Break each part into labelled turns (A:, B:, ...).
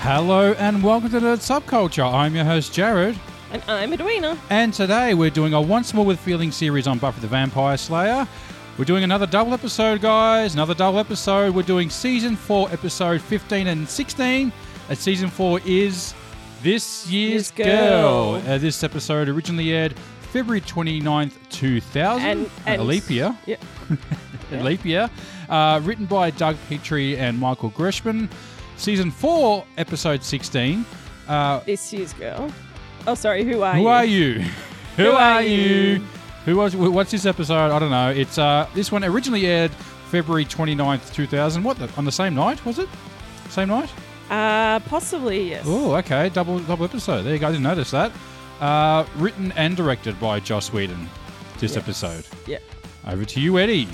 A: Hello and welcome to the Subculture. I'm your host Jared,
B: And I'm Edwina.
A: and today we're doing a once more with feeling series on Buffy the Vampire Slayer. We're doing another double episode, guys. Another double episode. We're doing season four, episode 15 and 16. And season four is this year's
B: This
A: girl.
B: Girl.
A: Uh, this episode originally aired February 29th, 2000.
B: And,
A: A
B: and
A: leap year.
B: Yeah.
A: Yeah. Leap Year, uh, written by Doug Petrie and Michael Grishman. Season 4, Episode 16. Uh,
B: This year's girl. Oh, sorry. Who are
A: who
B: you?
A: are you? who,
B: Who
A: are
B: are
A: you?
B: you?
A: Who was? wh- What's this episode? I don't know. It's uh, This one originally aired February 29th, 2000. What, the, on the same night, was it? Same night?
B: Uh, possibly yes.
A: Oh, okay. Double double episode. There you go. I didn't notice that. Uh, written and directed by Joss Whedon. This
B: Yes.
A: episode.
B: Yeah.
A: Over to you, Eddie.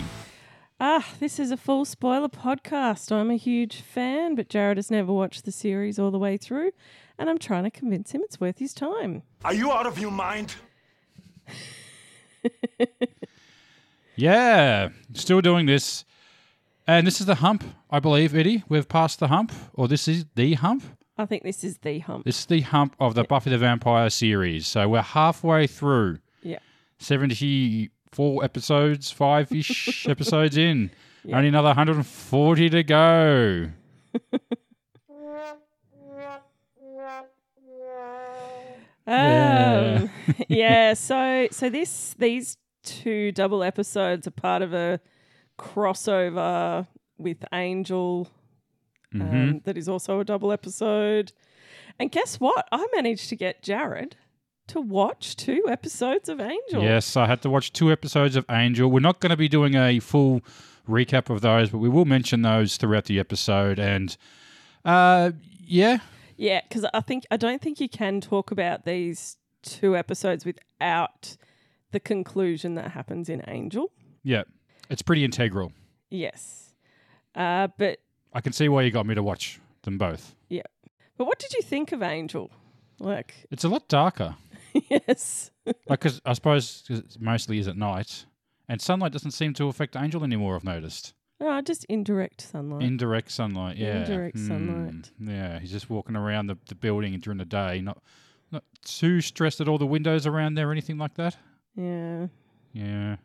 B: Ah, this is a full spoiler podcast. I'm a huge fan, but Jared has never watched the series all the way through, and I'm trying to convince him it's worth his time.
C: Are you out of your mind?
A: Yeah, still doing this. And this is the hump, I believe, Eddie. We've passed the hump, or this is the hump.
B: I think this is the hump.
A: This is the hump of the Buffy the Vampire series. So we're halfway through,
B: yeah.
A: 74 episodes, five ish episodes in. Only another 140 to go.
B: Um, yeah. So, so this these two double episodes are part of a crossover with Angel, um, that is also a double episode. And guess what? I managed to get Jared to watch two episodes of Angel.
A: Yes, I had to watch two episodes of Angel. We're not going to be doing a full recap of those, but we will mention those throughout the episode. And uh, yeah,
B: Yeah, because I think I don't think you can talk about these two episodes without the conclusion that happens in Angel.
A: yeah, it's pretty integral.
B: Yes. Uh, but
A: I can see why you got me to watch them both.
B: yeah. But what did you think of Angel? Like,
A: It's a lot darker.
B: yes.
A: Like, 'cause I suppose 'cause it mostly is at night, and sunlight doesn't seem to affect Angel anymore. I've noticed
B: No, Oh, just indirect sunlight.
A: indirect sunlight. Yeah,
B: Indirect
A: Hmm.
B: sunlight.
A: Yeah, he's just walking around the, the building during the day, not not too stressed at all. The windows around there, or anything like that.
B: yeah.
A: Yeah.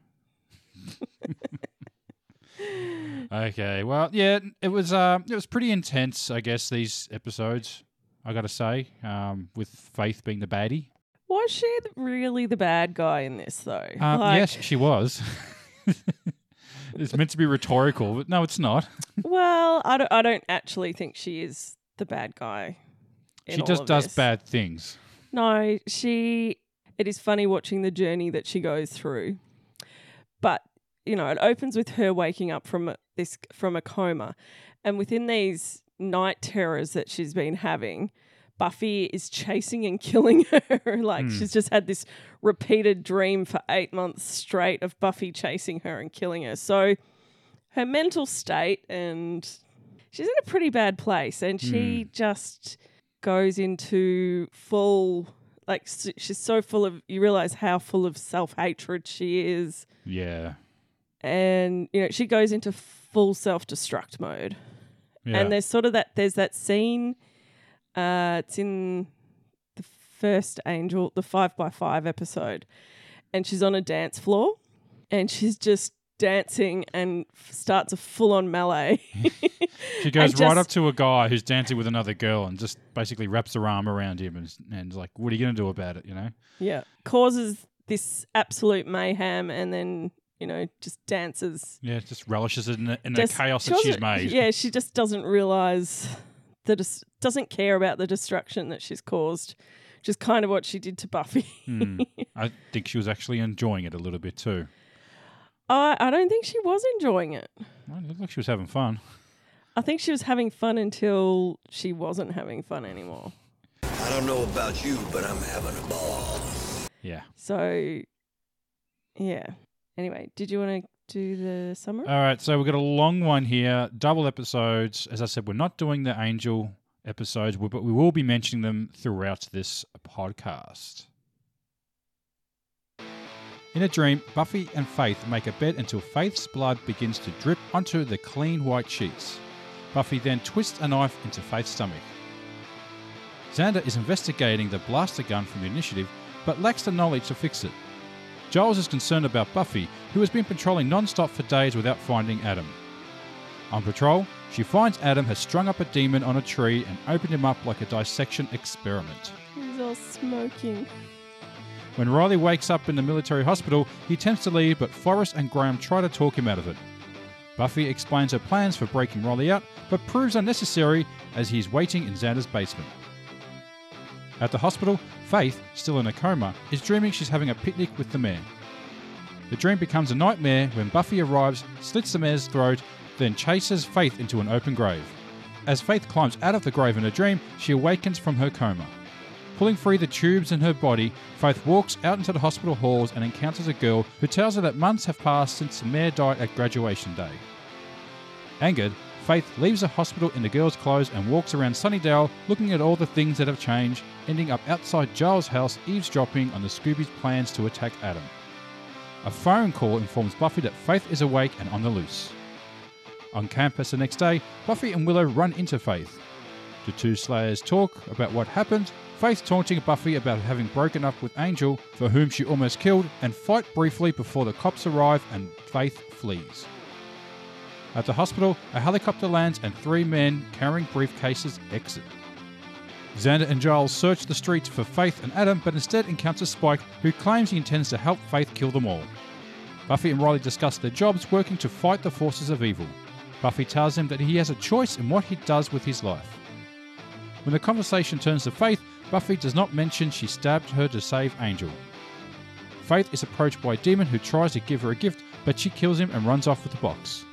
A: okay. Well, yeah, it was um it was pretty intense, I guess, these episodes, I gotta say. Um, with Faith being the baddie.
B: Was she th- really the bad guy in this though?
A: Um,
B: Like,
A: yes, she was. it's meant to be rhetorical, but no, it's not.
B: Well, I don't, I don't actually think she is the bad guy. in
A: she
B: all
A: just
B: of
A: does
B: this.
A: bad things.
B: No, she. It is funny watching the journey that she goes through, but you know, it opens with her waking up from a- this from a coma, and within these night terrors that she's been having. Buffy is chasing and killing her. like she's just had this repeated dream for eight months straight of Buffy chasing her and killing her. So her mental state and she's in a pretty bad place and she just goes into full like s- she's so full of you realize how full of self-hatred she is
A: Yeah.
B: and you know she goes into full self-destruct mode
A: Yeah.
B: and there's sort of that there's that scene uh it's in the first angel the five by five episode and she's on a dance floor and she's just dancing and f- starts a full-on melee
A: she goes
B: and
A: right
B: just-
A: up to a guy who's dancing with another girl and just basically wraps her arm around him and, is- and is like, what are you going to do about it, you know?
B: yeah causes this absolute mayhem and then you know just dances
A: Yeah, just relishes it in the, in
B: Just-
A: the chaos
B: she
A: that she's
B: doesn't-
A: made.
B: yeah she just doesn't realize that dis- doesn't care about the destruction that she's caused which is kind of what she did to buffy
A: Hmm. I think she was actually enjoying it a little bit too.
B: I, I don't think she was enjoying it
A: Well, it looked like she was having fun.
B: i think she was having fun until she wasn't having fun anymore
C: I don't know about you, but I'm having a ball.
A: Yeah.
B: so yeah anyway did you want to do the summary
A: All right, so we've got a long one here, double episodes. As I said, we're not doing the angel episodes, w- but we will be mentioning them throughout this podcast. In a dream, Buffy and Faith make a bed until Faith's blood begins to drip onto the clean white sheets. Buffy then twists a knife into Faith's stomach. Xander is investigating the blaster gun from the initiative, but lacks the knowledge to fix it. Giles is concerned about Buffy, who has been patrolling non stop for days without finding Adam. On patrol, she finds Adam has strung up a demon on a tree and opened him up like a dissection experiment.
B: He's all smoking.
A: When Riley wakes up in the military hospital, he attempts to leave, but Forrest and Graham try to talk him out of it. Buffy explains her plans for breaking Riley out, but proves unnecessary as he's waiting in Xander's basement. At the hospital, Faith, still in a coma, is dreaming she's having a picnic with the mayor. The dream becomes a nightmare when Buffy arrives, slits the mayor's throat, then chases Faith into an open grave. As Faith climbs out of the grave in a dream, she awakens from her coma. Pulling free the tubes in her body, Faith walks out into the hospital halls and encounters a girl who tells her that months have passed since the mayor died at graduation day. Angered, Faith leaves the hospital in the girl's clothes and walks around Sunnydale looking at all the things that have changed, ending up outside Giles' house eavesdropping on the Scooby's plans to attack Adam. A phone call informs Buffy that Faith is awake and on the loose. On campus the next day, Buffy and Willow run into Faith. The two Slayers talk about what happened, Faith taunting Buffy about having broken up with Angel, for whom she almost killed, and fight briefly before the cops arrive and Faith flees. At the hospital, a helicopter lands and three men carrying briefcases exit. Xander and Giles search the streets for Faith and Adam, but instead encounter Spike, who claims he intends to help Faith kill them all. Buffy and Riley discuss their jobs working to fight the forces of evil. Buffy tells him that he has a choice in what he does with his life. When the conversation turns to Faith, Buffy does not mention she stabbed her to save Angel. Faith is approached by a demon who tries to give her a gift, but she kills him and runs off with the box.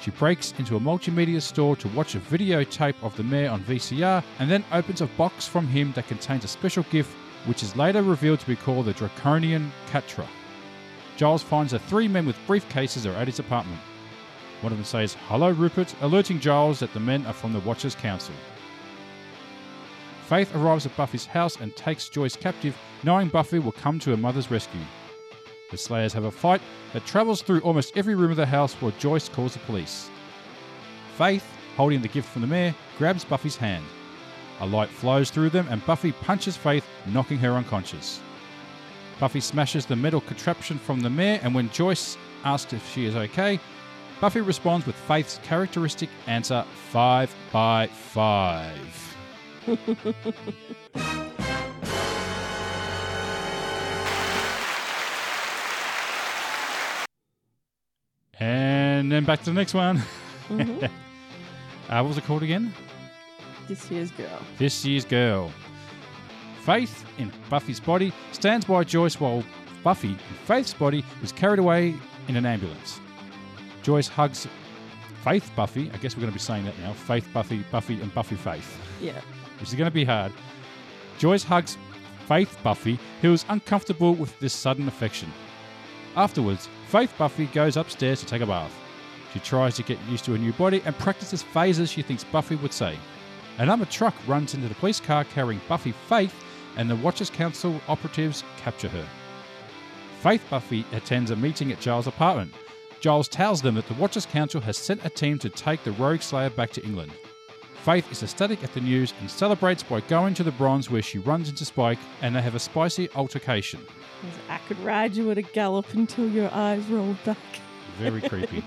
A: She breaks into a multimedia store to watch a videotape of the mayor on VCR and then opens a box from him that contains a special gift, which is later revealed to be called the Draconian Catra. Giles finds that three men with briefcases are at his apartment. One of them says, Hello, Rupert, alerting Giles that the men are from the Watchers Council. Faith arrives at Buffy's house and takes Joyce captive, knowing Buffy will come to her mother's rescue. The Slayers have a fight that travels through almost every room of the house while Joyce calls the police. Faith, holding the gift from the mayor, grabs Buffy's hand. A light flows through them and Buffy punches Faith, knocking her unconscious. Buffy smashes the metal contraption from the mayor, and when Joyce asks if she is okay, Buffy responds with Faith's characteristic answer five by five. And then back to the next one.
B: Mhm.
A: Uh, what was it called again?
B: this year's girl.
A: This year's girl. Faith in Buffy's body stands by Joyce while Buffy in Faith's body is carried away in an ambulance. Joyce hugs Faith Buffy. I guess we're going to be saying that now. Faith Buffy, Buffy, and Buffy Faith
B: Yeah.
A: which is going to be hard. Joyce hugs Faith Buffy, who is uncomfortable with this sudden affection. Afterwards, Faith Buffy goes upstairs to take a bath. She tries to get used to her new body and practices phrases she thinks Buffy would say. An armored truck runs into the police car carrying Buffy Faith, and the Watchers Council operatives capture her. Faith Buffy attends a meeting at Giles' apartment. Giles tells them that the Watchers Council has sent a team to take the Rogue Slayer back to England. Faith is ecstatic at the news and celebrates by going to the bronze where she runs into Spike and they have a spicy altercation.
B: There's, I could ride you at a gallop until your eyes rolled back.
A: Very creepy.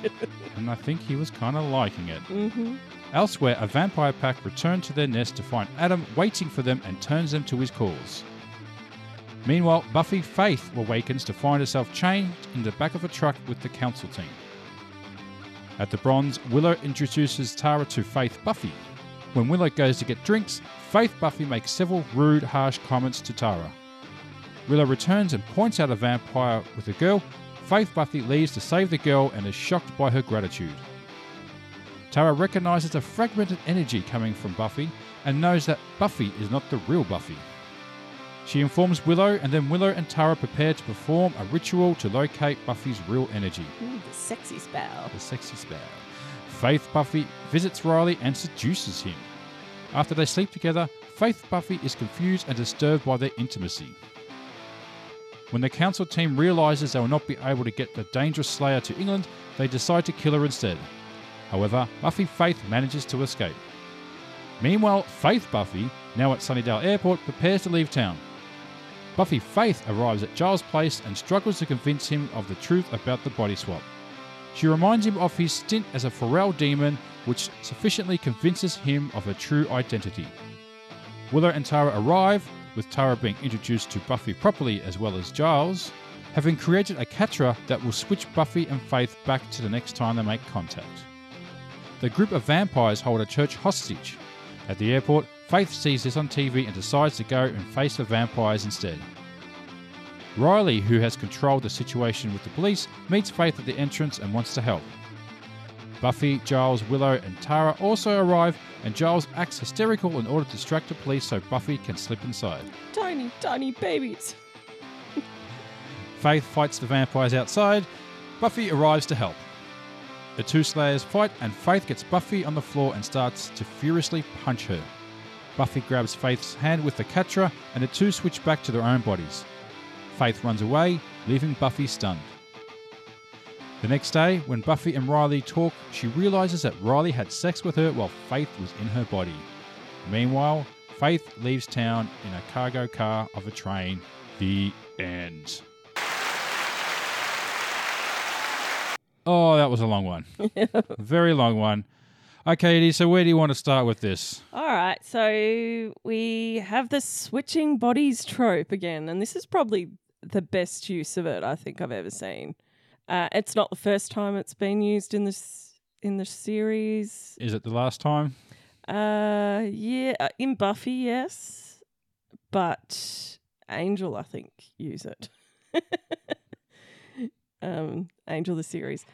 A: and I think he was kind of liking it.
B: Mm-hmm.
A: Elsewhere, a vampire pack return to their nest to find Adam waiting for them and turns them to his calls. Meanwhile, Buffy Faith awakens to find herself chained in the back of a truck with the council team. At the Bronze, Willow introduces Tara to Faith Buffy. When Willow goes to get drinks, Faith Buffy makes several rude, harsh comments to Tara. Willow returns and points out a vampire with a girl. Faith Buffy leaves to save the girl and is shocked by her gratitude. Tara recognizes a fragmented energy coming from Buffy and knows that Buffy is not the real Buffy. She informs Willow, and then Willow and Tara prepare to perform a ritual to locate Buffy's real energy,
B: the sexy spell.
A: the sexy spell. Faith Buffy visits Riley and seduces him. After they sleep together, Faith Buffy is confused and disturbed by their intimacy. When the council team realizes they will not be able to get the dangerous Slayer to England, they decide to kill her instead. However, Buffy Faith manages to escape. Meanwhile, Faith Buffy, now at Sunnydale Airport, prepares to leave town. Buffy Faith arrives at Giles' place and struggles to convince him of the truth about the body swap. She reminds him of his stint as a Pharrell demon, which sufficiently convinces him of her true identity. Willow and Tara arrive, with Tara being introduced to Buffy properly as well as Giles, having created a Catra that will switch Buffy and Faith back to the next time they make contact. The group of vampires hold a church hostage. At the airport, Faith sees this on TV and decides to go and face the vampires instead. Riley, who has controlled the situation with the police, meets Faith at the entrance and wants to help. Buffy, Giles, Willow, and Tara also arrive, and Giles acts hysterical in order to distract the police so Buffy can slip inside.
B: Tiny, tiny babies.
A: Faith fights the vampires outside. Buffy arrives to help. The two Slayers fight, and Faith gets Buffy on the floor and starts to furiously punch her. Buffy grabs Faith's hand with the Catra, and the two switch back to their own bodies. Faith runs away, leaving Buffy stunned. The next day, when Buffy and Riley talk, she realizes that Riley had sex with her while Faith was in her body. Meanwhile, Faith leaves town in a cargo car of a train. The end. Oh, that was a long one. Very long one. Okay, Edie, so where do you want to start with this?
B: All right, so we have the switching bodies trope again, and this is probably the best use of it I think I've ever seen. Uh, it's not the first time it's been used in this in the series.
A: Is it the last time?
B: Uh, yeah, uh, in Buffy, yes, but Angel, I think, use it. um, Angel the series.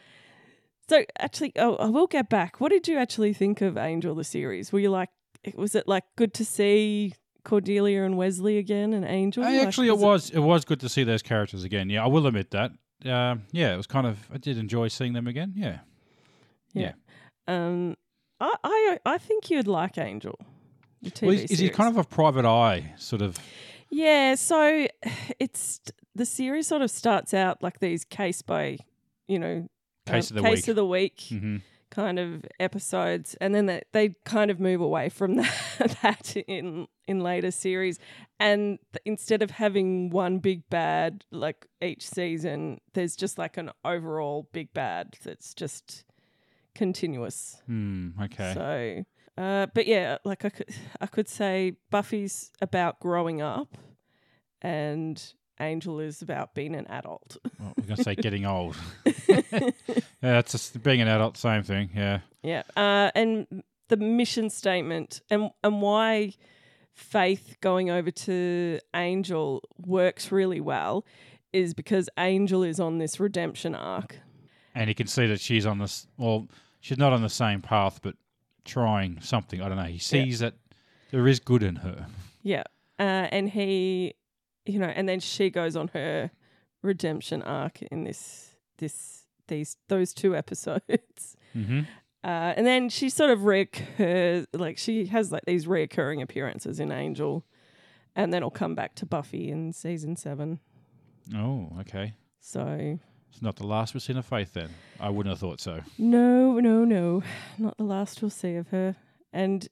B: So actually, oh, I will get back. What did you actually think of Angel the series? Were you like, was it like good to see Cordelia and Wesley again and Angel?
A: Uh,
B: Like,
A: actually, it
B: was
A: was it was good to see those characters again. Yeah, I will admit that. Um, yeah, it was kind of I did enjoy seeing them again. Yeah, yeah.
B: Um, I, I, I think you'd like Angel. The TV
A: well, is, is he
B: series. Uh,
A: kind of a private eye sort of?
B: Yeah, so it's the series sort of starts out like these case by, you know, um,
A: Case of the
B: case
A: week.
B: of the week
A: Mhm.
B: kind of episodes, and then they, they kind of move away from that, that in in later series, and th- instead of having one big bad like each season, there's just like an overall big bad that's just continuous.
A: Hmm, okay.
B: So, uh, but yeah, like I could, I could say Buffy's about growing up, and Angel is about being an adult.
A: Well, we're gonna say getting old. yeah, it's just being an adult, same thing. Yeah.
B: yeah, uh, and the mission statement and and why Faith going over to Angel works really well is because Angel is on this redemption arc.
A: and he can see that she's on this. Well, she's not on the same path, but trying something. I don't know. He sees that there is good in her.
B: Yeah. Uh, and he, you know, and then she goes on her redemption arc in this, this, these, those two episodes.
A: Mm-hmm.
B: Uh, and then she sort of recurs, like she has like these reoccurring appearances in Angel. And then I'll come back to Buffy in season seven.
A: Oh, okay.
B: So,
A: It's not the last we've seen of Faith. Then I wouldn't have thought so.
B: no, no, no, not the last we'll see of her. And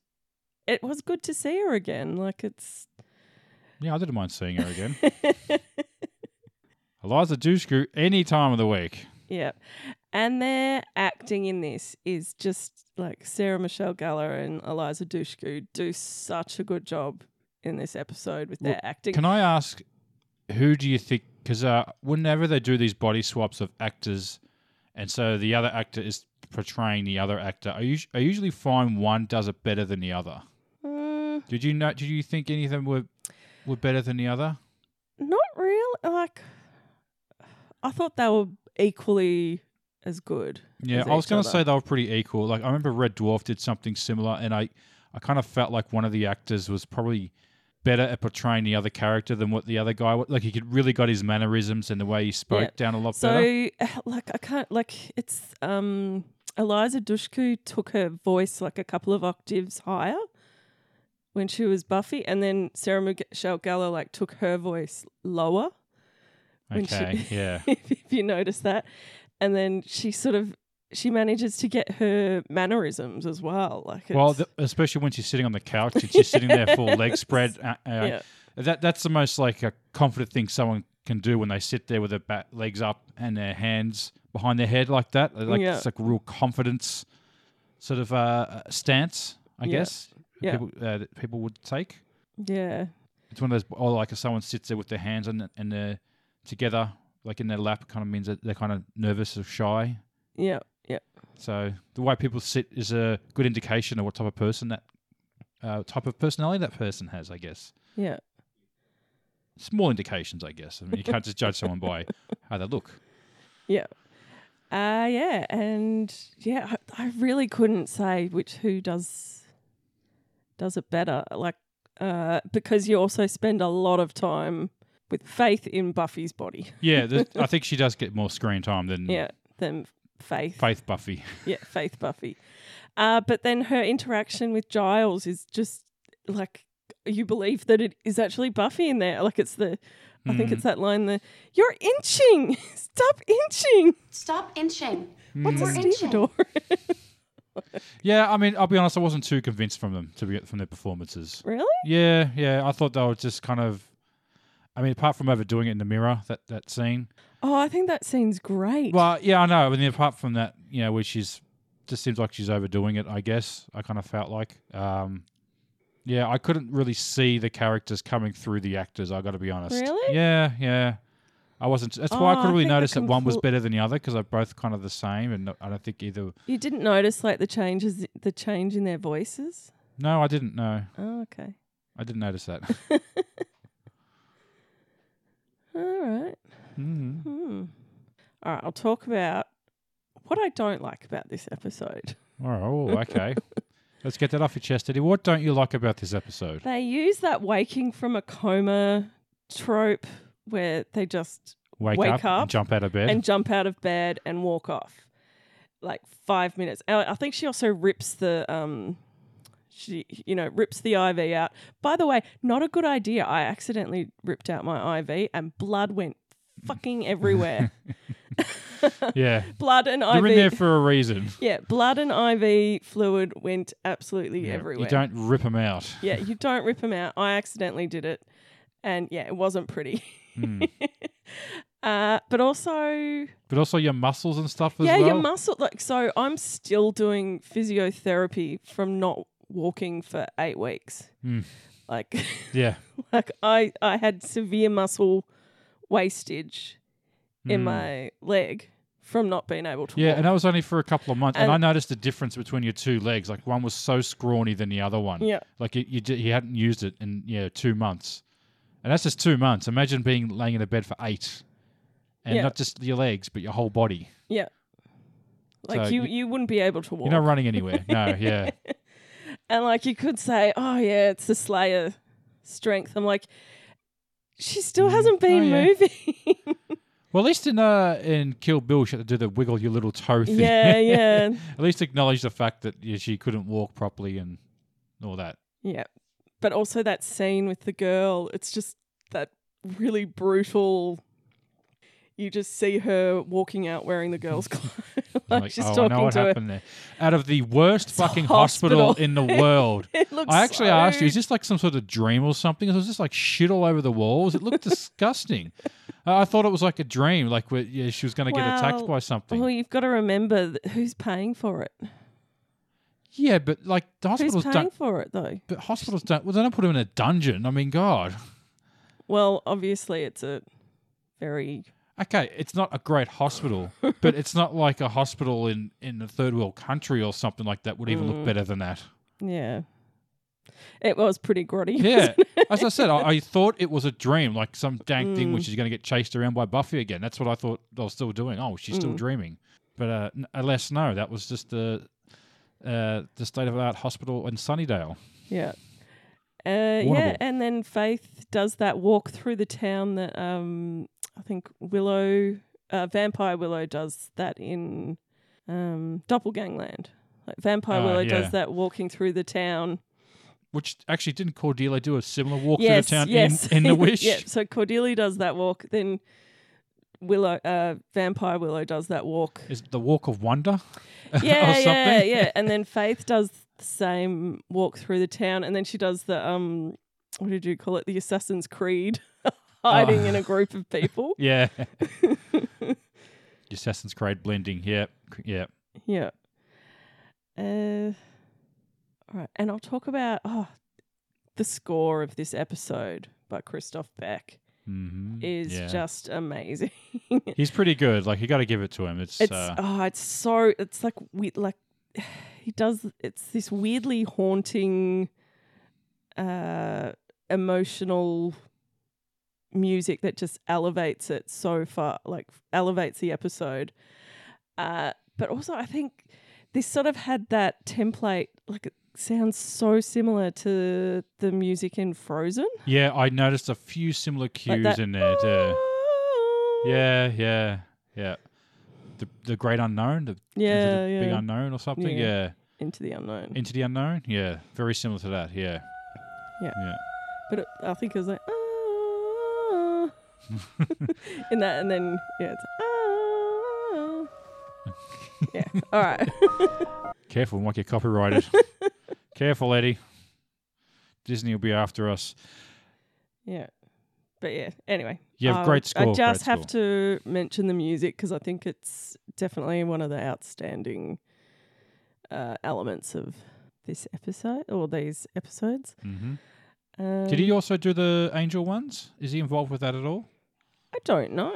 B: it was good to see her again. Like it's,
A: Yeah, I didn't mind seeing her again. Eliza Dushku any time of the week.
B: Yeah. And their acting in this is just like Sarah Michelle Gellar and Eliza Dushku do such a good job in this episode with their acting.
A: Can I ask, who do you think? Because uh, whenever they do these body swaps of actors, and so the other actor is portraying the other actor, I, us- I usually find one does it better than the other.
B: Mm,
A: Did you know? Did you think any of them were were better than the other?
B: not real. Like, I thought they were equally as good.
A: Yeah,
B: as
A: I was
B: each
A: going to
B: other.
A: say they were pretty equal. Like I remember Red Dwarf did something similar, and I I kind of felt like one of the actors was probably better at portraying the other character than what the other guy was. Like he could really got his mannerisms and the way he spoke
B: Yeah.
A: down a lot better.
B: So, like, I can't, like, it's um Eliza Dushku took her voice like a couple of octaves higher when she was Buffy, and then Sarah Michelle Gellar like took her voice lower. when she-
A: Okay, yeah.
B: if you notice that, and then she sort of she manages to get her mannerisms as well. Like, it's,
A: Well, th- especially when she's sitting on the couch and she's sitting there full legs spread. Uh, uh,
B: Yeah.
A: That that's the most like a confident thing someone can do when they sit there with their back legs up and their hands behind their head like that. Like
B: Yeah.
A: it's like real confidence sort of uh, stance, I
B: Yeah.
A: guess. that
B: Yeah.
A: People, uh, that people would take.
B: yeah,
A: It's one of those, or like if someone sits there with their hands on the- and they're together, like in their lap, kind of means that they're kind of nervous or shy.
B: yeah, yeah.
A: So the way people sit is a good indication of what type of person that uh, type of personality that person has, I guess.
B: Yeah.
A: Small indications, I guess. I mean, you can't just judge someone by how they look.
B: Yeah. Uh, yeah. And yeah, I, I really couldn't say which who does does it better. Like uh, because you also spend a lot of time with faith in Buffy's body.
A: Yeah, there's- I think she does get more screen time than
B: Yeah. Than faith.
A: Faith Buffy.
B: Yeah, Faith Buffy. Uh, but then her interaction with Giles is just like you believe that it is actually Buffy in there. Like it's the, I think it's that line, the, you're inching, stop inching,
D: Stop inching.
B: What's a
D: We're inching.
B: stevedore?
A: Yeah, I mean, I'll be honest, I wasn't too convinced from them to be from their performances.
B: really?
A: Yeah, yeah, I thought they were just kind of. I mean, apart from overdoing it in the mirror, that that scene.
B: Oh, I think that scene's great.
A: Well, yeah, I know. I mean, apart from that, you know, where she's just seems like she's overdoing it. I guess I kind of felt like, um, yeah, I couldn't really see the characters coming through the actors. I got to be honest.
B: Really?
A: Yeah, yeah. I wasn't. That's why I
B: Oh,
A: couldn't
B: I
A: really
B: think the
A: notice that one was
B: compl-
A: better than the other because they're both kind of the same, and I don't think either.
B: you didn't notice like the changes, the change in their voices?
A: No, I didn't know.
B: Oh, okay.
A: I didn't notice that.
B: All right.
A: mm.
B: Hmm. All right. I'll talk about what I don't like about this episode.
A: All right. Oh, okay. Let's get that off your chest, Eddie. What don't you like about this episode?
B: They use that waking from a coma trope where they just
A: Wake,
B: Wake
A: up,
B: up
A: and jump out of bed.
B: and jump out of bed and walk off like five minutes. And I I think she also rips the um she you know rips the IV out. By the way, not a good idea. I accidentally ripped out my IV and blood went fucking everywhere.
A: yeah,
B: blood and
A: you're in there
B: IV.
A: for a reason.
B: Yeah, blood and IV fluid went absolutely
A: Yeah,
B: everywhere.
A: You don't rip them out.
B: Yeah, you don't rip them out. I accidentally did it. And yeah, it wasn't pretty.
A: Mm.
B: Uh, but also,
A: But also your muscles and stuff as
B: yeah,
A: well.
B: your muscle. Like, so I'm still doing physiotherapy from not walking for eight weeks.
A: Mm.
B: Like,
A: yeah.
B: like I, I had severe muscle wastage in
A: Mm.
B: my leg from not being able to
A: Yeah,
B: walk.
A: and that was only for a couple of months. And, I
B: And-
A: noticed the difference between your two legs. Like one was so scrawny than the other one.
B: Yeah.
A: Like you, you, ju- you hadn't used it in yeah two months, and that's just two months. Imagine being laying in a bed for eight, and
B: Yeah.
A: not just your legs, but your whole body.
B: yeah. Like
A: So
B: you,
A: y-
B: you wouldn't be able to walk.
A: You're not running anywhere. No. Yeah.
B: And like you could say, oh yeah, it's the Slayer strength. I'm like, she still hasn't been
A: Mm-hmm. Oh, yeah.
B: moving.
A: Well, at least in uh, in Kill Bill, she had to do the wiggle your little toe thing.
B: yeah, yeah,
A: at least acknowledge the fact that yeah, she couldn't walk properly and all that.
B: yeah. But also that scene with the girl, it's just that really brutal. You just see her walking out wearing the girl's clothes. like,
A: Like,
B: she's
A: oh, I
B: talking
A: know what
B: to her.
A: happened there. Out of the worst fucking hospital.
B: hospital.
A: in the world.
B: It looks
A: I actually asked you,
B: so
A: is this like some sort of dream or something? It was just like shit all over the walls. It looked disgusting. I I thought it was like a dream, like where, yeah, she was going to get attacked
B: Well,
A: by something.
B: Well, you've got to remember th- who's paying for it.
A: yeah, but like the
B: Who's
A: hospitals
B: paying
A: don't.
B: for it though?
A: But hospitals don't. Well, they don't put them in a dungeon. I mean, God.
B: Well, obviously it's a very
A: Okay, it's not a great hospital, but it's not like a hospital in in a third world country or something like that would even look better than that.
B: Yeah. It was pretty grotty.
A: Yeah. As I said, I, I thought it was a dream, like some dank
B: Mm.
A: thing which is going to get chased around by Buffy again. That's what I thought I was still doing. Oh, she's
B: Mm.
A: still dreaming. But uh, n- alas, no, that was just the uh, the state of art hospital in Sunnydale.
B: Yeah. Uh,
A: Warnable.
B: yeah, and then Faith does that walk through the town that um, I think Willow, uh, Vampire Willow, does that in um, Doppelgangland. Like Vampire
A: Ah,
B: Willow
A: yeah.
B: does that walking through the town.
A: Which actually didn't Cordelia do a similar walk
B: yes,
A: through the town
B: yes.
A: in, in the Wish?
B: yep. So Cordelia does that walk. Then Willow, uh, Vampire Willow does that walk.
A: Is it the Walk of Wonder?
B: Yeah,
A: something.
B: yeah, yeah. And then Faith does the same walk through the town, and then she does the um, what did you call it? The Assassin's Creed, hiding in a group of people.
A: Yeah. Assassin's Creed blending. Yeah. C- Yeah.
B: Yeah. Uh, all right, and I'll talk about oh, the score of this episode by Christoph Beck
A: hmm
B: is just amazing.
A: He's pretty good. Like you got to give it to him. It's,
B: It's
A: uh,
B: oh, it's so it's like we like he does it's this weirdly haunting uh emotional music that just elevates it so far like elevates the episode. Uh but also I think this sort of had that template like it sounds so similar to the music in Frozen.
A: yeah. I noticed a few similar cues
B: that-
A: in there too. Yeah. Yeah. Yeah. The the great unknown. The is it
B: Yeah,
A: the
B: yeah.
A: big unknown or something.
B: Yeah.
A: yeah.
B: Into the unknown.
A: Into the unknown. Yeah. Very similar to that. Yeah.
B: Yeah.
A: Yeah.
B: But it, I think it was like ah, in that, and then yeah, it's ah. yeah. All right.
A: Careful, we might get copyrighted. Careful, Eddie. Disney will be after us.
B: yeah. But yeah. Anyway.
A: You have
B: Oh, I-
A: great
B: I
A: score,
B: just
A: great
B: have
A: score.
B: to mention the music because I think it's definitely one of the outstanding uh, elements of this episode or these episodes.
A: hmm
B: Um,
A: Did he also do the angel ones? Is he involved with that at all?
B: Um, I don't know.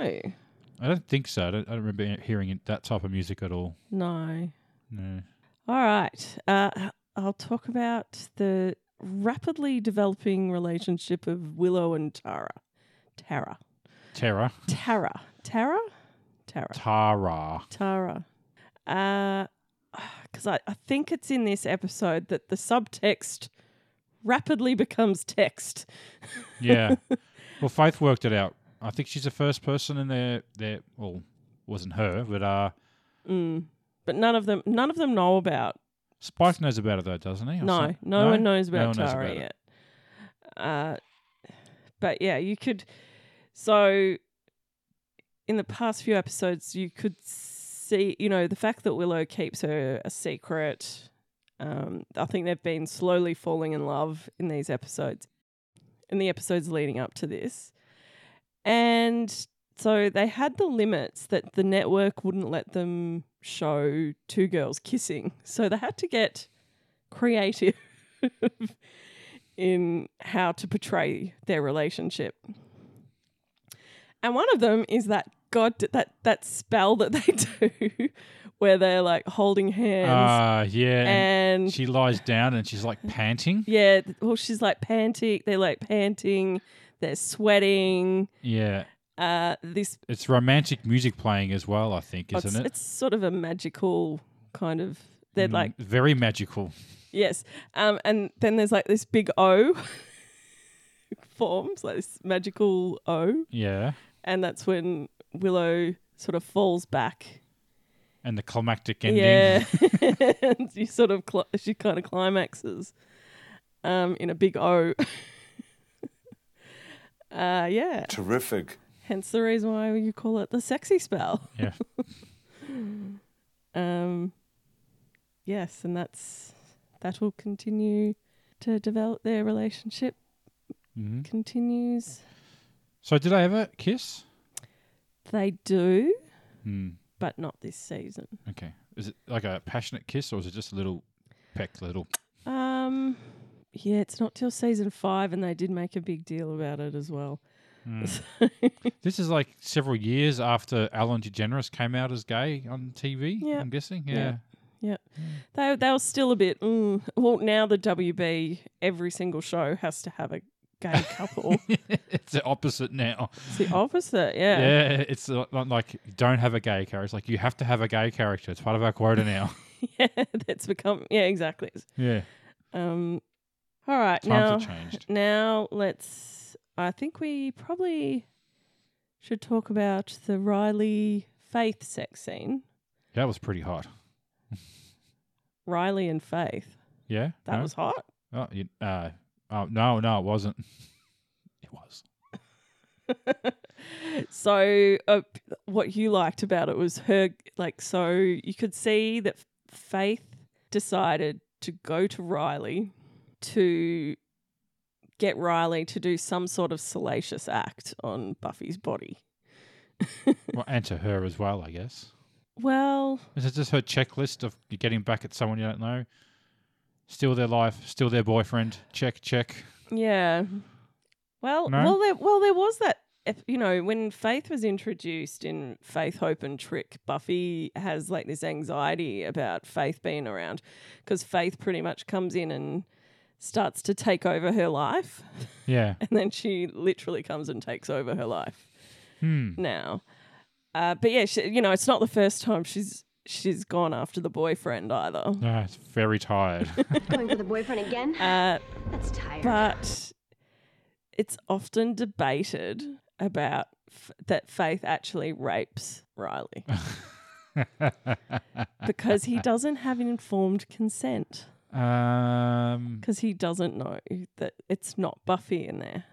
A: I don't think so. I don't, I don't remember hearing it- that type of music at all.
B: No.
A: No.
B: All right. Uh, I'll talk about the rapidly developing relationship of Willow and Tara. Tara.
A: Tara.
B: Tara. Tara? Tara.
A: Tara.
B: Tara. Because I, I think it's in this episode that the subtext rapidly becomes text.
A: Yeah. well, Faith worked it out. I think she's the first person in their their. Well, wasn't her, but uh,
B: Mm. But none of them none of them know about
A: Spike knows about it though, doesn't he? Or
B: No,
A: some-
B: no, one knows about
A: one knows
B: Tara
A: about it.
B: yet. Uh, but yeah, you could. So, in the past few episodes, you could see, you know, the fact that Willow keeps her a secret. Um, I think they've been slowly falling in love in these episodes, in the episodes leading up to this. And so they had the limits that the network wouldn't let them show two girls kissing. So they had to get creative in how to portray their relationship. And one of them is that god that that spell that they do where they're like holding hands
A: Ah, yeah. And
B: and
A: she lies down and she's like panting.
B: yeah, th- well she's like panting, they're like panting, they're sweating.
A: Yeah.
B: Uh this
A: It's romantic music playing as well, I think,
B: it's,
A: isn't it?
B: it's sort of a magical kind of they're
A: Mm,
B: like
A: very magical.
B: Yes. Um, and then there's like this big O forms, like this magical O.
A: Yeah.
B: And that's when Willow sort of falls back.
A: And the climactic ending.
B: Yeah. and she sort of, cli she kind of climaxes um, in a big O. uh, yeah.
C: Terrific.
B: Hence the reason why you call it the sexy spell.
A: Yeah.
B: Um, yes. And that's, that will continue to develop their relationship
A: Mhm.
B: continues.
A: So did I ever kiss?
B: They do,
A: Hmm.
B: but not this season.
A: Okay. Is it like a passionate kiss or is it just a little peck, little?
B: Um, yeah, it's not till season five, and they did make a big deal about it as well.
A: Hmm. This is like several years after Alan DeGeneres came out as gay on TV,
B: Yeah.
A: I'm guessing. Yeah.
B: Yeah. Yeah, they they were still a bit. Mm. Well, now the WB every single show has to have a gay couple.
A: it's the opposite now.
B: it's the opposite.
A: Yeah.
B: Yeah.
A: It's not not like you don't have a gay character. It's like you have to have a gay character. It's part of our quota now.
B: yeah, that's become. Yeah, exactly.
A: yeah.
B: Um, all right,
A: Times
B: now
A: have changed.
B: now let's. I think we probably should talk about the Riley Faith sex scene.
A: That was pretty hot.
B: Riley and Faith.
A: Yeah.
B: That
A: No?
B: was hot.
A: Oh, you, uh, oh, no, no, it wasn't. It was.
B: So uh, what you liked about it was her like so you could see that Faith decided to go to Riley to get Riley to do some sort of salacious act on Buffy's body.
A: Well, and to her as well, I guess.
B: Well,
A: Is it just her checklist of getting back at someone you don't know? Steal their life, steal their boyfriend, check, check.
B: Yeah. Well,
A: No?
B: well, there, well, there was that. ep- You know, when Faith was introduced in Faith, Hope, and Trick, Buffy has like this anxiety about Faith being around because Faith pretty much comes in and starts to take over her life,
A: Yeah.
B: and then she literally comes and takes over her life
A: Hmm.
B: now. Uh, but yeah, she, you know, it's not the first time she's she's gone after the boyfriend either.
A: Ah, it's very tired.
D: Going for the boyfriend again?
B: Uh,
D: That's tired.
B: but it's often debated about f- that Faith actually rapes Riley because he doesn't have informed consent
A: um,
B: because he doesn't know that it's not Buffy in there.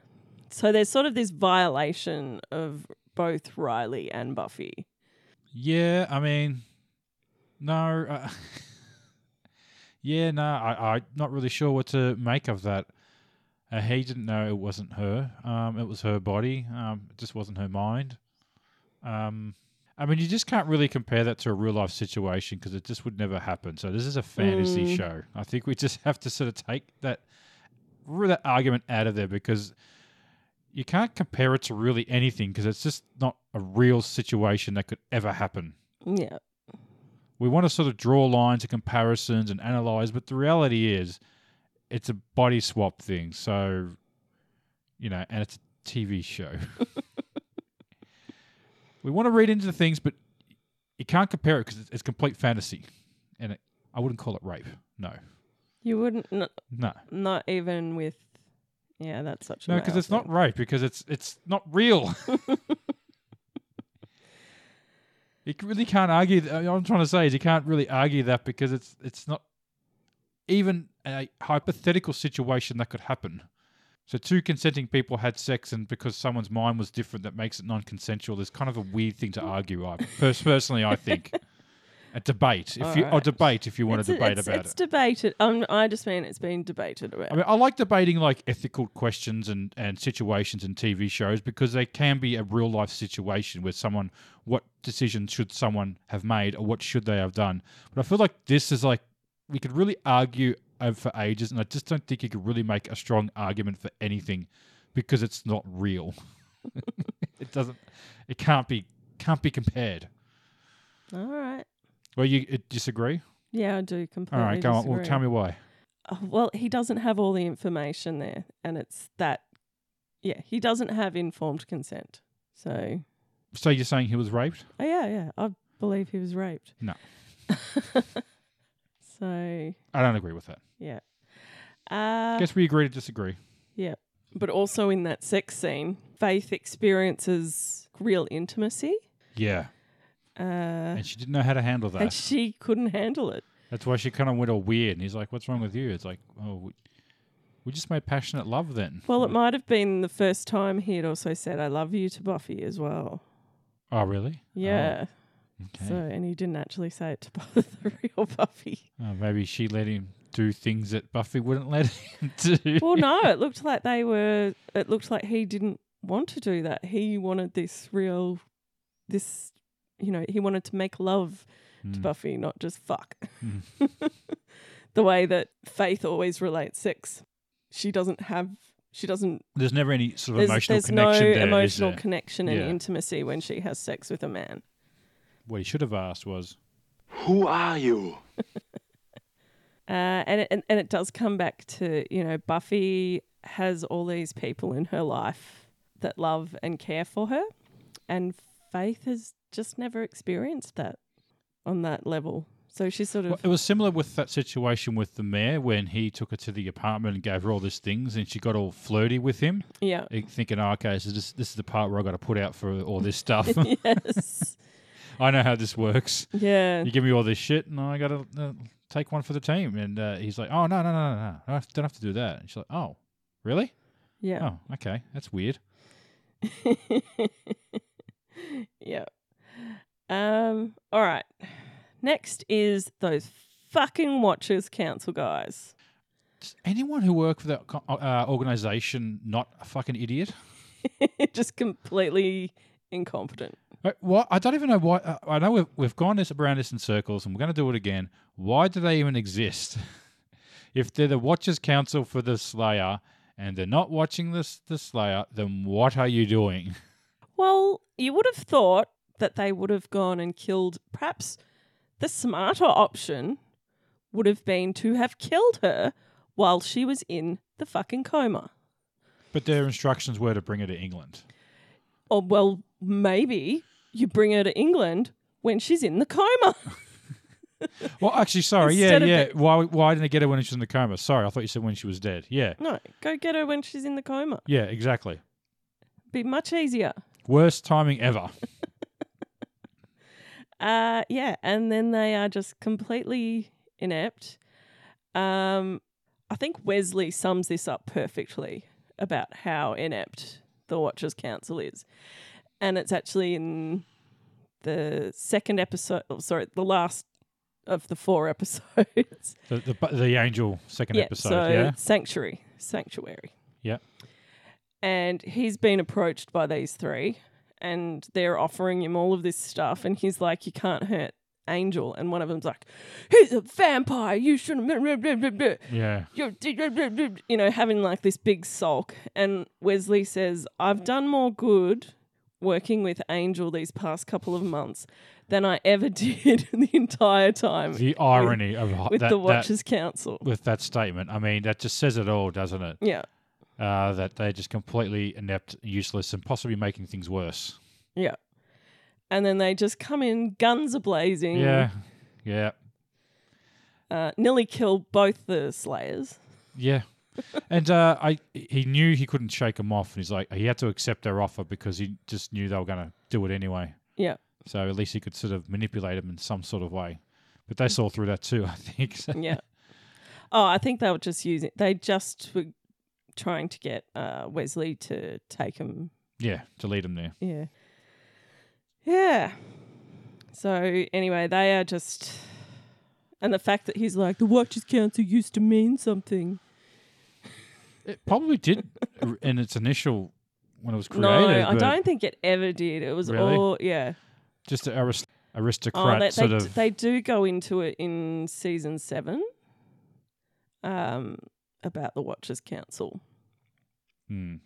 B: So there's sort of this violation of both Riley and Buffy.
A: yeah, I mean, no. Uh, yeah, no, I, I'm not really sure what to make of that. Uh, he didn't know it wasn't her. Um, it was her body. Um, it just wasn't her mind. Um, I mean, you just can't really compare that to a real life situation because it just would never happen. So this is a fantasy show. I think we just have to sort of take that r- that argument out of there because you can't compare it to really anything because it's just not a real situation that could ever happen.
B: Yeah.
A: We want to sort of draw lines and comparisons and analyze, but the reality is it's a body swap thing. So, you know, and it's a TV show. we want to read into things, but you can't compare it because it's, it's complete fantasy. And it, I wouldn't call it rape. No.
B: You wouldn't, n-
A: No.
B: not even with, yeah, that's such a
A: No, because
B: male
A: it's not
B: thing.
A: rape. Because it's it's not real. you c- really can't argue. th- I mean, what I'm trying to say is you can't really argue that because it's it's not even a hypothetical situation that could happen. So two consenting people had sex, and because someone's mind was different, that makes it non-consensual. Is kind of a weird thing to argue. I pers- personally, I think a debate. If you or
B: Alright.
A: debate, if you want
B: It's-
A: to debate
B: it's,
A: about
B: it's
A: it.
B: debated. Um, I just mean it's been debated about.
A: I mean, I like debating like ethical questions and, and situations in TV shows because they can be a real life situation where someone, what decision should someone have made or what should they have done? But I feel like this is like, we could really argue over for ages, and I just don't think you could really make a strong argument for anything because it's not real. it doesn't, it can't be, can't be compared.
B: All right.
A: Well, you uh, disagree?
B: Yeah, I do
A: All
B: completely.
A: right, go on. Well,
B: disagree.
A: tell me why.
B: Oh, well, he doesn't have all the information there, and it's that. Yeah, he doesn't have informed consent. So,
A: So you're saying he was raped?
B: oh yeah, yeah, I believe he was raped.
A: No.
B: so
A: I don't agree with that.
B: yeah, uh,
A: Guess we agree to disagree.
B: yeah. But also in that sex scene, Faith experiences real intimacy,
A: Yeah.
B: uh,
A: And she didn't know how to handle that.
B: and she couldn't handle it.
A: That's why she kind of went all weird. And he's like, "What's wrong with you?" It's like, "Oh, we, we just made passionate love then."
B: Well, it might have been the first time he had also said "I love you" to Buffy as well.
A: Oh, really? Oh,
B: Yeah.
A: okay.
B: So, and he didn't actually say it to Bu- the real Buffy.
A: Oh, maybe she let him do things that Buffy wouldn't let him do.
B: Well, no, it looked like they were. It looked like he didn't want to do that. He wanted this real, this, you know, he wanted to make love to Buffy, not just fuck.
A: Mm.
B: Hmm. the way that Faith always relates sex, she doesn't have. She doesn't.
A: There's never any sort of
B: There's,
A: emotional
B: there's no
A: connection there. is
B: emotional
A: there?
B: connection and
A: Yeah.
B: intimacy when she has sex with a man.
A: what he should have asked was,
C: Who are you?
B: Uh, and, it, and and it does come back to you know Buffy has all these people in her life that love and care for her, and Faith has just never experienced that on that level. So she's sort of
A: Well, it was similar with that situation with the mayor when he took her to the apartment and gave her all these things, and she got all flirty with him,
B: yeah
A: thinking, oh, "Okay, so this this is the part where I got to put out for all this stuff.
B: yes
A: I know how this works."
B: yeah
A: you give me all this shit, and I gotta uh, take one for the team. And uh, he's like, oh no no no no, no, I don't have to do that. And she's like, oh really?
B: yeah
A: Oh okay, that's weird.
B: yeah. Um. All right. Next is those fucking Watchers Council guys.
A: Does anyone who worked for that co- uh, organization not a fucking idiot?
B: Just completely incompetent.
A: Like, Uh, Why I don't even know why. Uh, I know we've, we've gone this around this in circles, and we're going to do it again. Why do they even exist? if they're the Watchers Council for the Slayer, and they're not watching this the Slayer, then what are you doing?
B: Well, you would have thought that they would have gone and killed. Perhaps the smarter option would have been to have killed her while she was in the fucking coma.
A: But their instructions were to bring her to England.
B: Or, well, maybe you bring her to England when she's in the coma.
A: Well, actually, sorry, yeah,
B: Instead of
A: yeah.
B: it-
A: Why why didn't they get her when she was in the coma? Sorry, I thought you said when she was dead. Yeah,
B: no, go get her when she's in the coma.
A: yeah, exactly.
B: Be much easier.
A: Worst timing ever.
B: Uh, yeah, and then they are just completely inept. Um, I think Wesley sums this up perfectly about how inept the Watchers Council is, and it's actually in the second episode. Oh, sorry, the last of the four episodes.
A: The the, bu- the angel second episode.
B: so
A: yeah,
B: sanctuary, sanctuary.
A: yeah.
B: and he's been approached by these three and they're offering him all of this stuff and he's like you can't hurt angel and one of them's like he's a vampire you shouldn't blah, blah, blah, blah, blah.
A: Yeah.
B: You're d- blah, blah, blah," you know having like this big sulk and wesley says i've done more good working with angel these past couple of months than i ever did the entire time
A: The irony of
B: with
A: that,
B: the
A: that-
B: watchers council
A: with that statement. I mean, that just says it all, doesn't it?
B: yeah
A: Uh, that they're just completely inept, useless, and possibly making things worse.
B: yeah and then they just come in guns a blazing
A: Yeah, yeah,
B: uh, nearly kill both the slayers.
A: yeah. and uh, I, he knew he couldn't shake them off, and he's like, he had to accept their offer because he just knew they were going to do it anyway.
B: Yeah,
A: So at least he could sort of manipulate them in some sort of way. But they saw through that too, I think. So-
B: yeah. oh, I think they were just using. They just were trying to get uh, Wesley to take him.
A: yeah, to lead them there.
B: Yeah, yeah. So anyway, they are just, and the fact that he's like the Watchers Council used to mean something.
A: It probably did r- in its initial when it was created.
B: no, I
A: but
B: don't think it ever did. It was
A: Really?
B: all yeah.
A: Just an arist- aristocrat
B: Oh, they,
A: sort
B: they,
A: of.
B: they do go into it in season seven um, about the Watchers Council
A: Hmm.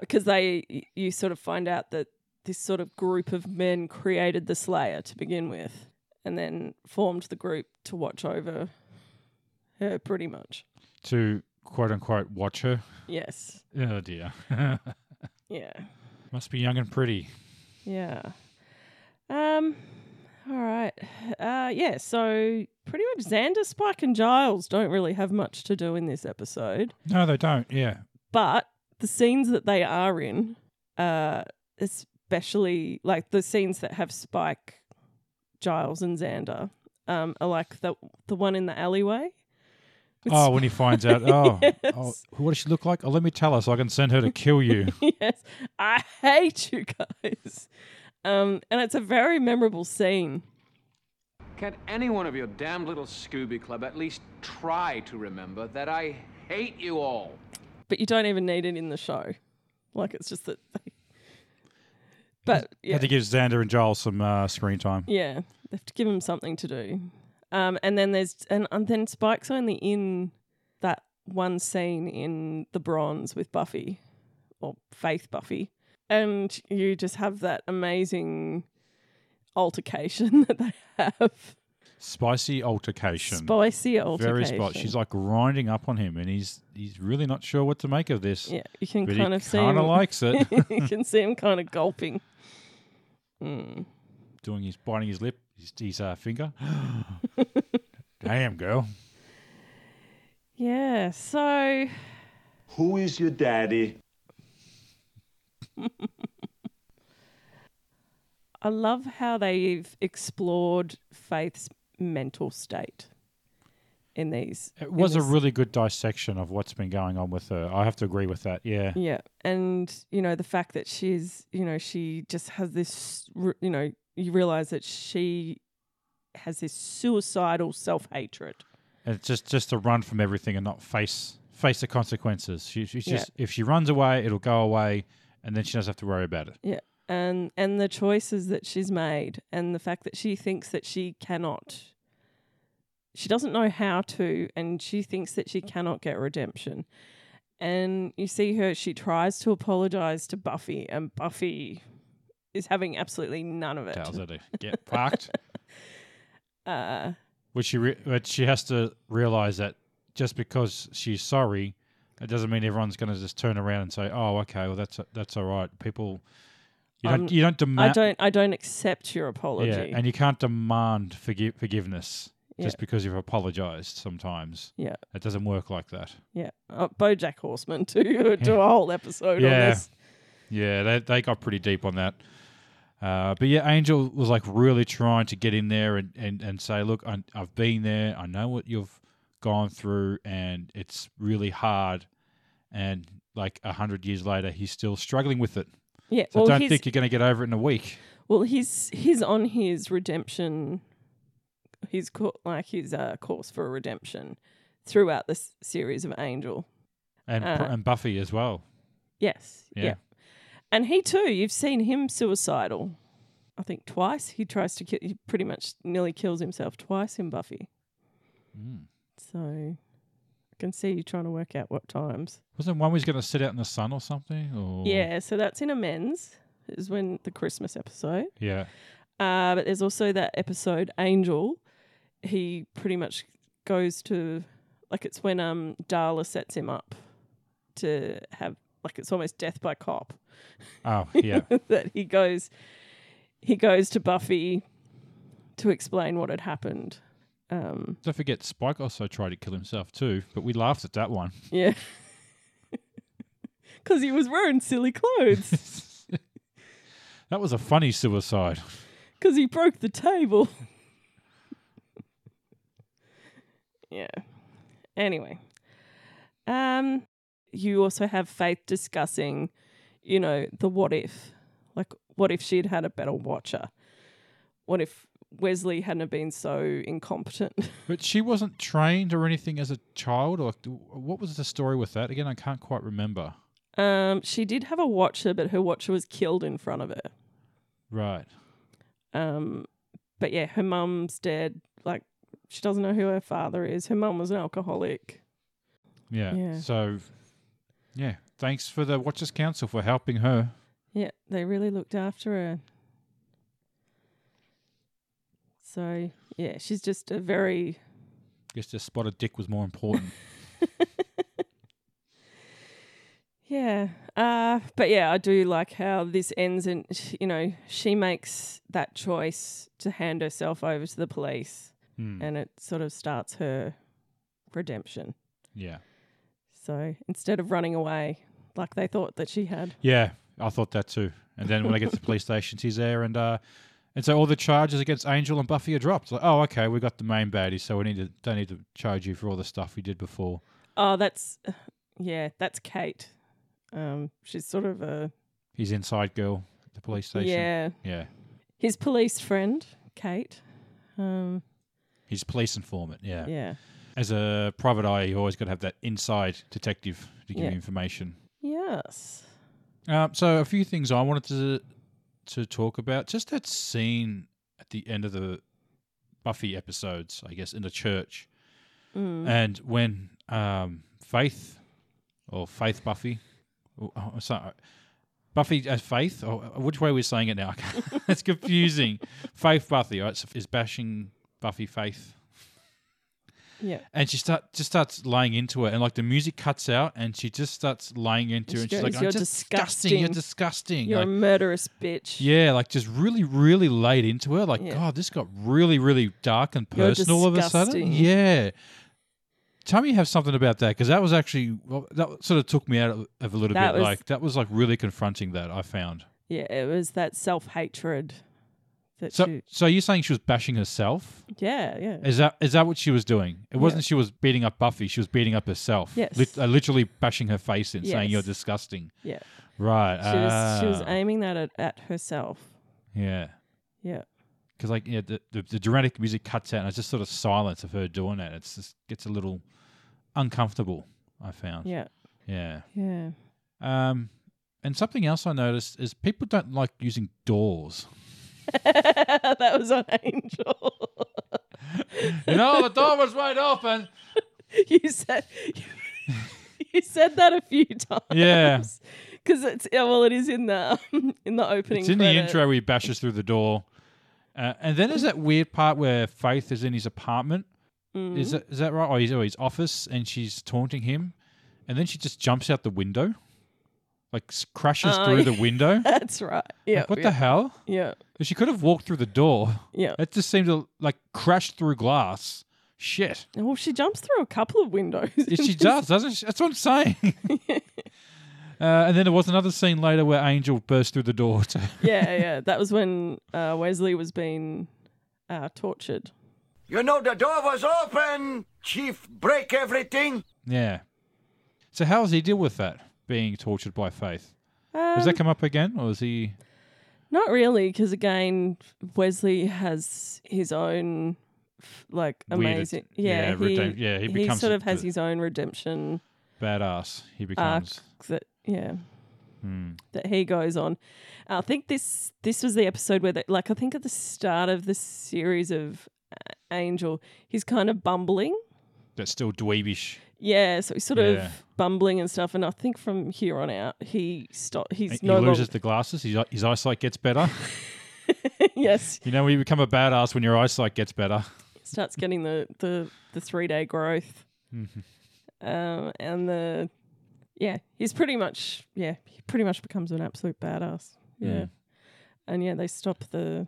B: because they y- you sort of find out that this sort of group of men created the Slayer to begin with, and then formed the group to watch over her, pretty much.
A: to quote unquote watch her.
B: Yes,
A: Oh dear.
B: yeah,
A: Must be young and pretty.
B: yeah. Um, all right, uh, yeah. So pretty much Xander, Spike, and Giles don't really have much to do in this episode.
A: No, they don't. Yeah.
B: but the scenes that they are in uh especially like the scenes that have spike giles and xander um are like the the one in the alleyway with
A: Oh, when he finds out, oh, oh,
B: Yes.
A: what does she look like? Oh, let me tell her so I can send her to kill you.
B: Spike- yes i hate you guys um and it's a very memorable scene
E: Can any one of your damned little Scooby Club at least try to remember that I hate you all?
B: but you don't even need it in the show like it's just that they but yeah
A: Had to give Xander and Giles some uh, screen time.
B: Yeah, they have to give him something to do. Um, and then there's and, and then Spike's only in that one scene in The Bronze with Buffy or Faith Buffy, and you just have that amazing altercation that they have.
A: Spicy altercation.
B: Spicy altercation.
A: Very spot. She's like grinding up on him, and he's he's really not sure what to make of this.
B: yeah, you can
A: but
B: kind
A: he
B: of see.
A: kind of
B: him-
A: likes it,
B: you can see him kind of gulping.
A: doing his biting his lip, his, his uh, finger. Damn, girl.
B: Yeah. So
F: Who is your daddy?
B: I love how they've explored Faith's mental state in these.
A: It
B: in
A: was a
B: this-
A: really good dissection of what's been going on with her. I have to agree with that. Yeah.
B: Yeah. And, you know, the fact that she's, you know, she just has this, r- you know, you realize that she has this suicidal self hatred.
A: It's just just to run from everything and not face face the consequences. She, she's
B: Yeah.
A: just if she runs away, it'll go away, and then she doesn't have to worry about it.
B: Yeah. And and the choices that she's made and the fact that she thinks that she cannot she doesn't know how to and she thinks that she cannot get redemption. And you see her she tries to apologize to Buffy and Buffy is having absolutely none of it.
A: Tells her to get fucked.
B: Uh
A: Which she re- but she has to realize that just because she's sorry, it doesn't mean everyone's going to just turn around and say, "Oh, okay, well that's that's all right." People, you don't
B: Um,
A: you don't
B: I
A: demand.
B: don't I don't accept your apology.
A: Uh, Yeah, and you can't demand forgive forgiveness just
B: Yeah.
A: because you've apologized. Sometimes
B: yeah.
A: it doesn't work like that.
B: yeah. Uh, BoJack Horseman to do a whole episode
A: Yeah.
B: on this.
A: Yeah, they they got pretty deep on that. Uh, but yeah, Angel was like really trying to get in there and, and, and say, look, I, I've been there. I know what you've gone through, and it's really hard. And like a hundred years later, he's still struggling with it.
B: Yeah.
A: So
B: well,
A: don't
B: he's,
A: think you're going to get over it in a week.
B: well, he's he's on his redemption. He's co- like his uh, course for redemption throughout this series of Angel.
A: And
B: Uh.
A: and Buffy as well.
B: Yes.
A: Yeah.
B: Yeah. And he too. You've seen him suicidal. I think twice he tries to kill. He pretty much nearly kills himself twice in Buffy. So I can see you trying to work out what times.
A: Wasn't one was going to sit out in the sun or something? Or
B: Yeah, so that's in Amends, is when the Christmas episode.
A: yeah.
B: Uh, but there's also that episode, Angel. He pretty much goes to, like, it's when um Darla sets him up to have, like, it's almost death by cop.
A: Oh yeah.
B: that he goes, he goes to Buffy to explain what had happened. Um,
A: Don't forget, Spike also tried to kill himself too, but we laughed at that one.
B: yeah. Because he was wearing silly clothes.
A: That was a funny suicide.
B: because he broke the table. yeah. Anyway, um, you also have Faith discussing, you know, the what if, like, what if she'd had a better watcher? What if Wesley hadn't have been so incompetent?
A: But she wasn't trained or anything as a child. Or what was the story with that again? I can't quite remember.
B: um, she did have a watcher, but her watcher was killed in front of her.
A: Right.
B: Um, but yeah, her mum's dead. Like, she doesn't know who her father is. Her mum was an alcoholic.
A: Yeah.
B: Yeah.
A: So, yeah. Thanks for the Watchers Council for helping her.
B: Yeah, they really looked after her. So, yeah, she's just a very.
A: Guess just spotted dick was more important.
B: Yeah. Uh, but yeah, I do like how this ends and, sh- you know, she makes that choice to hand herself over to the police
A: Hmm.
B: and it sort of starts her redemption.
A: Yeah.
B: So instead of running away like they thought that she had.
A: Yeah. I thought that too. And then when I get to the police station, she's there, and uh, and so all the charges against Angel and Buffy are dropped. Like, oh, okay, we got the main baddie, so we need to don't need to charge you for all the stuff we did before.
B: Oh, that's. Yeah, that's Kate. Um, she's sort of a.
A: He's inside girl at the police station.
B: Yeah.
A: Yeah.
B: his police friend Kate. Um,
A: He's police informant. Yeah.
B: yeah,
A: As a private eye, you always got to have that inside detective to give
B: Yeah.
A: you information.
B: yes,
A: Um, so a few things I wanted to to talk about. Just that scene at the end of the Buffy episodes, I guess, in the church,
B: Mm.
A: and when um, Faith or Faith Buffy, oh, oh, sorry, Buffy as Faith, or uh, which way we're saying it now? it's confusing. Faith Buffy, right? Is bashing Buffy Faith
B: yeah.
A: and she start just starts laying into it, and like the music cuts out, and she just starts laying into
B: She
A: it. And she's
B: goes,
A: like, "I'm
B: "You're
A: just disgusting. You're disgusting."
B: You're a
A: Like,
B: murderous bitch.
A: yeah, like just really, really laid into her. Like,
B: Yeah.
A: God, this got really, really dark and
B: You're
A: personal all of a sudden.
B: disgusting.
A: Yeah. Tell me you have something about that because that was actually well, that sort of took me out of, of a little
B: That
A: bit.
B: was-
A: like that was like really confronting. That I found.
B: yeah. It was that self hatred that
A: So,
B: she.
A: so you're saying she was bashing herself?
B: Yeah, yeah.
A: Is that is that what she was doing? It wasn't she was beating up Buffy. She was beating up herself.
B: Yes.
A: Lit- uh, literally bashing her face in, saying
B: Yes.
A: you're disgusting.
B: yeah.
A: Right.
B: She was, she was
A: ah,
B: aiming that at, at herself.
A: Yeah.
B: Yeah.
A: Because like yeah, the, the the dramatic music cuts out, and it's just sort of silence of her doing it. It's just gets a little uncomfortable. I found.
B: Yeah.
A: Yeah.
B: Yeah.
A: Um, and something else I noticed is people don't like using doors.
B: that was on Angel.
A: You know, the door was wide open.
B: you said you said that a few times.
A: Yeah.
B: Because it's yeah, well, it is in the um, in the opening.
A: It's in the
B: credit.
A: intro where he bashes through the door. Uh, and then there's that weird part where Faith is in his apartment.
B: Mm-hmm.
A: Is, that, is that right? Or his, or his office, and she's taunting him. And then she just jumps out the window, like s- crashes
B: Oh,
A: through
B: yeah.
A: the window.
B: That's right. Yeah.
A: Like, what
B: yeah,
A: the hell?
B: Yeah.
A: She could have walked through the door.
B: Yeah.
A: It just seemed to like crash through glass. Shit.
B: Well, she jumps through a couple of windows.
A: Yeah, she does, doesn't she? That's what I'm saying. uh, and then there was another scene later where Angel burst through the door. too.
B: yeah, yeah. That was when uh, Wesley was being uh, tortured.
C: You know the door was open, Chief. Break everything.
A: yeah. So how does he deal with that? Being tortured by Faith. Does
B: Um,
A: that come up again, or is he?
B: Not really, because again, Wesley has his own f- like
A: Weird-
B: amazing. Yeah,
A: yeah,
B: he,
A: redemp- yeah, he becomes
B: sort
A: a-
B: of has
A: the-
B: his own redemption
A: badass he
B: arc
A: becomes.
B: that yeah.
A: Hmm.
B: That he goes on. I think this this was the episode where, they, like, I think at the start of the series of uh, Angel, he's kind of bumbling.
A: That's still dweebish.
B: Yeah, so he's sort
A: Yeah.
B: of bumbling and stuff. And I think from here on out, he stop. He's
A: He
B: no
A: loses
B: longer.
A: the glasses. His, his eyesight gets better.
B: yes,
A: you know, when you become a badass when your eyesight gets better.
B: starts getting the the, the three day growth,
A: Mm-hmm.
B: um, and the yeah, he's pretty much yeah, he pretty much becomes an absolute badass. Yeah, and yeah, they stop the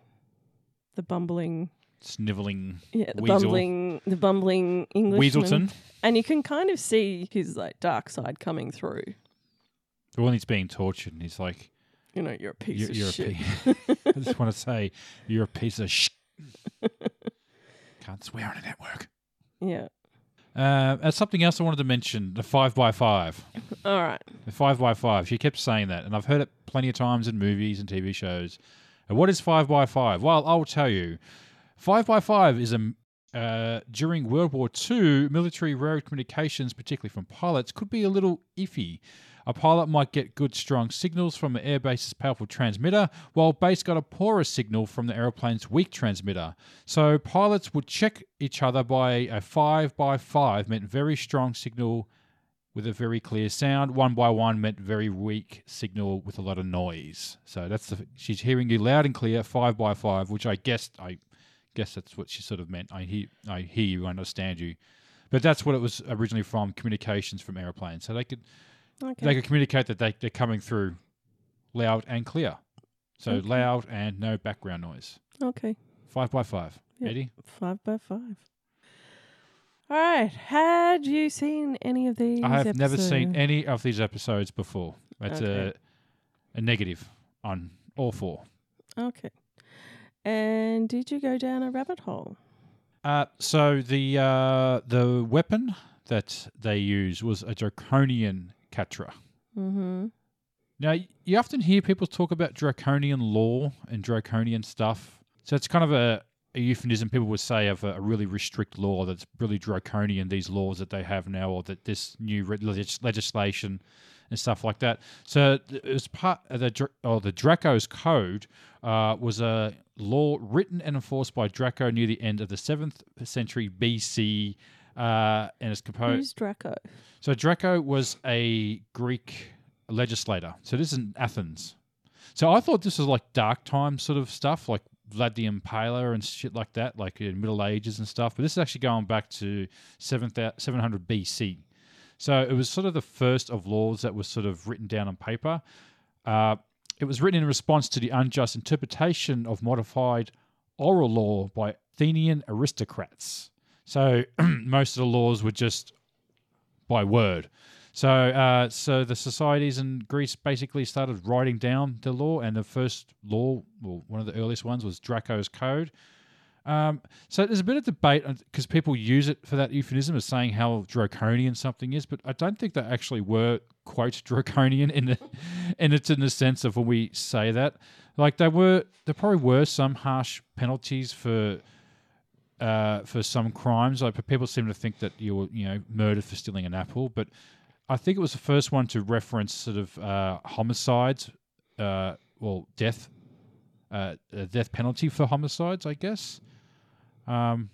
B: the bumbling
A: Sniveling.
B: yeah the
A: Weasel.
B: bumbling the bumbling Englishman,
A: Weaselton.
B: and you can kind of see his like dark side coming through.
A: The one he's being tortured, and he's like,
B: You know, you're a piece
A: You're,
B: of
A: you're a
B: shit.
A: piece. I just want to say you're a piece of sh. Can't swear on a network.
B: Yeah.
A: Uh, and something else I wanted to mention: the five by five.
B: All right.
A: The five by five. She kept saying that, and I've heard it plenty of times in movies and TV shows. And what is five by five? Well, I'll tell you. Five by five is a uh, during World War II, military radio communications, particularly from pilots, could be a little iffy. A pilot might get good, strong signals from an airbase's powerful transmitter, while base got a poorer signal from the aeroplane's weak transmitter. So pilots would check each other by a five by five, meant very strong signal with a very clear sound. One by one meant very weak signal with a lot of noise. So that's the she's hearing you loud and clear, five by five, which I guess I guess that's what she sort of meant. I hear I hear you, I understand you. But that's what it was originally from communications from airplanes. So they could
B: Okay.
A: they could communicate that they, they're coming through loud and clear. So loud and no background noise.
B: okay.
A: Five by five. Eddie?
B: Five by five. All right. Had you seen any of these?
A: I have never seen
B: episodes?
A: any of these episodes before. That's
B: Okay.
A: a, a negative on all four.
B: Okay. And did you go down a rabbit hole?
A: Uh, so the uh, the weapon that they use was a draconian catra.
B: Mm-hmm.
A: Now y- you often hear people talk about draconian law and draconian stuff. So it's kind of a, a euphemism people would say of a, a really restrict law that's really draconian. These laws that they have now, or that this new re- legis- legislation and stuff like that. So th- it was part of the Dr- or the Draco's Code uh, was a law written and enforced by Draco near the end of the seventh century BC, uh, and it's composed.
B: Who's Draco?
A: So Draco was a Greek legislator. So this is in Athens. So I thought this was like dark time sort of stuff, like Vlad the Impaler and shit like that, like in Middle Ages and stuff. But this is actually going back to 7, thou- 700 BC. So it was sort of the first of laws that was sort of written down on paper. Uh, it was written in response to the unjust interpretation of modified oral law by Athenian aristocrats. So most of the laws were just by word. So, uh, so the societies in Greece basically started writing down the law, and the first law, well, one of the earliest ones, was Draco's Code. Um, so there's a bit of debate because people use it for that euphemism as saying how draconian something is, but I don't think they actually were quote draconian in the, and it's in the sense of when we say that, like there were, there probably were some harsh penalties for uh, for some crimes. Like people seem to think that you were, you know, murdered for stealing an apple, but I think it was the first one to reference sort of uh, homicides, uh, well, death, uh, uh, death penalty for homicides, I guess. Um,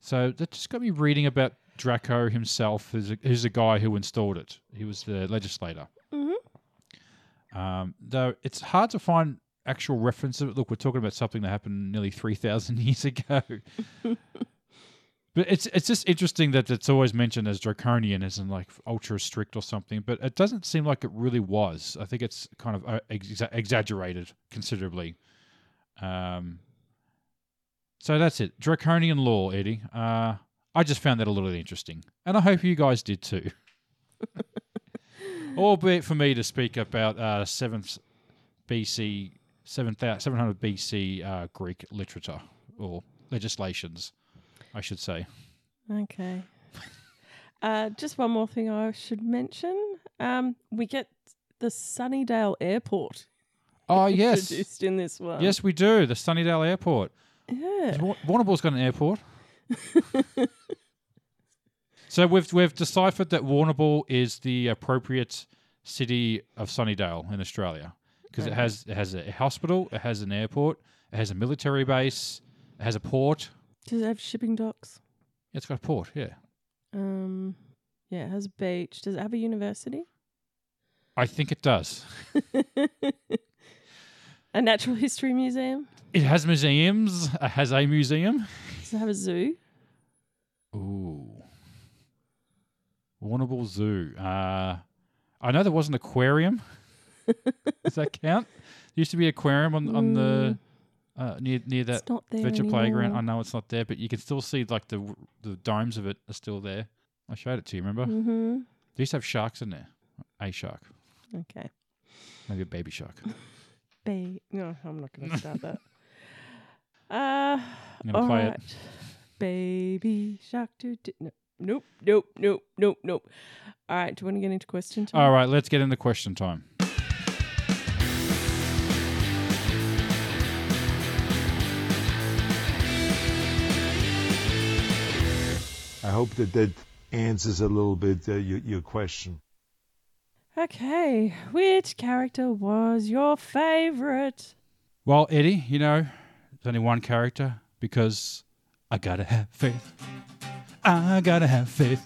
A: so that just got me reading about Draco himself, who's a, who's a guy who installed it. He was the legislator. Um, though it's hard to find actual references. Look, we're talking about something that happened nearly three thousand years ago. But it's it's just interesting that it's always mentioned as draconian, as in like ultra strict or something. But it doesn't seem like it really was. I think it's kind of uh, exa- exaggerated considerably. Um, so that's it, draconian law, Eddie. Uh, I just found that a little interesting, and I hope you guys did too. Albeit for me to speak about uh, seventh BC, 7,000 700 BC uh, Greek literature or legislations, I should say.
B: Okay. uh, just one more thing I should mention. Um, we get the Sunnydale Airport
A: Oh, yes.
B: introduced in this one.
A: Yes, we do. The Sunnydale Airport.
B: Yeah.
A: Wa- Warrnambool's got an airport. so we've we've deciphered that Warrnambool is the appropriate city of Sunnydale in Australia because it has it has a hospital, it has an airport, it has a military base, it has a port.
B: Does it have shipping docks?
A: It's got a port, yeah.
B: Um, yeah, it has a beach. Does it have a university?
A: I think it does.
B: A natural history museum?
A: It has museums. It has a museum.
B: Does it have a zoo?
A: Ooh. Warrnambool Zoo. Uh, I know there was an aquarium. Does that count? There used to be an aquarium on, on the uh, near near that
B: Mm. not there
A: venture playground.
B: anymore.
A: I know it's not there, but you can still see like the w- the domes of it are still there. I showed it to you. Remember? Mm-hmm. They used to have sharks in there. A shark,
B: Okay.
A: maybe a baby shark. I'm
B: Ba- no, I'm not going to start that. Uh,
A: gonna
B: all
A: play
B: right. Baby shark. Do, do, no, nope, nope, nope, nope, nope. All right, do you want to get into question
A: it.
B: time?
A: All right, let's get into question time.
G: I hope that that answers a little bit uh, your, your question.
B: Okay, which character was your favorite?
A: Well, Eddie, you know, there's only one character because I gotta have faith. I gotta have faith.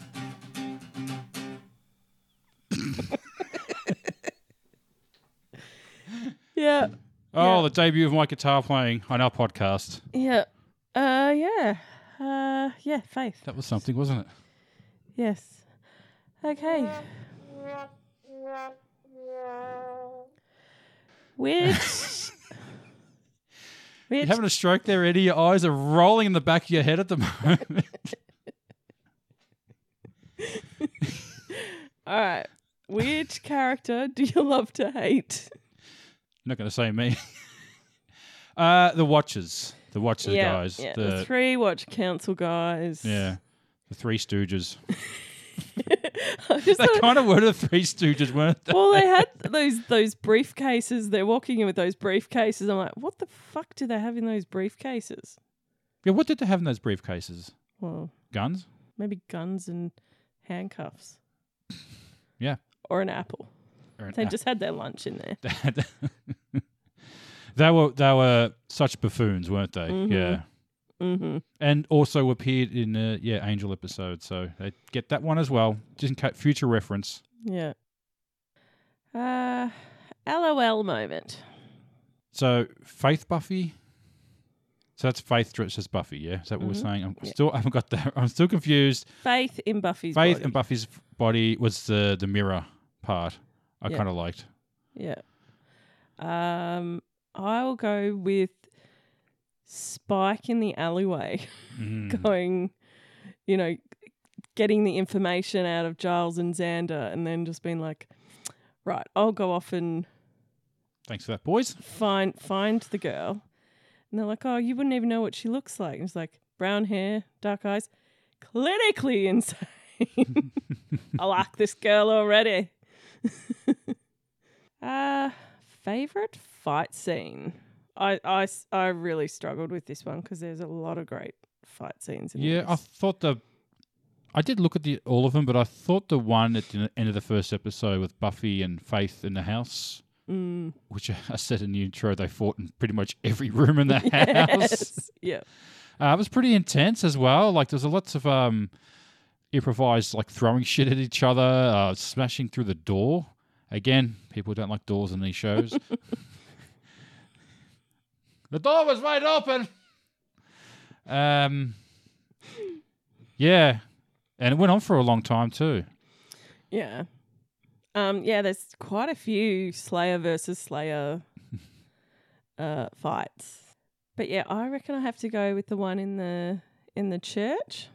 B: Yeah,
A: Oh, the debut of my guitar playing on our podcast.
B: yeah, uh, yeah, uh, yeah, Faith.
A: That was something, wasn't it?
B: Yes. Okay. Which.
A: You
B: which
A: having a stroke there, Eddie? Your eyes are rolling in the back of your head at the moment.
B: all right. Which character do you love to hate?
A: Not gonna say me. uh the Watchers. The Watchers guys.
B: yeah, the, three watch council guys.
A: yeah. The Three Stooges.
B: I just
A: They
B: thought-
A: kind of were the Three Stooges, weren't they?
B: well, they had those those briefcases. They're walking in with those briefcases. I'm like, what the fuck do they have in those briefcases?
A: Yeah, what did they have in those briefcases?
B: Well,
A: Guns?
B: maybe guns and handcuffs
A: Yeah.
B: or an apple.
A: Or an
B: They just had their lunch in there.
A: they were they were such buffoons, weren't they? Yeah. Mm-hmm. And also appeared in uh, yeah Angel episode, so they get that one as well, just in case future reference.
B: Yeah. Uh, LOL moment.
A: So Faith Buffy. So that's Faith Dritch as Buffy, Mm-hmm. yeah. Is that what we're saying? I'm still I haven't got that. I'm still confused.
B: Faith in Buffy's
A: Faith
B: body.
A: and Buffy's body was the the mirror part. I
B: Yeah.
A: kind of liked.
B: Yeah. Um, I will go with Spike in the alleyway, going, you know, getting the information out of Giles and Xander and then just being like, right, I'll go off and
A: Thanks for that, boys.
B: find find the girl. And they're like, oh, you wouldn't even know what she looks like. And it's like, brown hair, dark eyes, clinically insane. I like this girl already. uh, favorite fight scene? I, I s- I really struggled with this one because there's a lot of great fight scenes. In
A: Yeah, I
B: this.
A: thought the. I did look at the, all of them, but I thought the one at the end of the first episode with Buffy and Faith in the house,
B: Mm.
A: which I said in the intro, they fought in pretty much every room in the house.
B: Yes. yeah.
A: Uh, it was pretty intense as well. Like there's a lots of um, improvised, like throwing shit at each other, uh, smashing through the door. Again, people don't like doors in these shows. the door was wide open. Um, yeah, and it went on for a long time too.
B: Yeah. Um, yeah, there's quite a few Slayer versus Slayer uh, fights. But yeah, I reckon I have to go with the one in the in the church.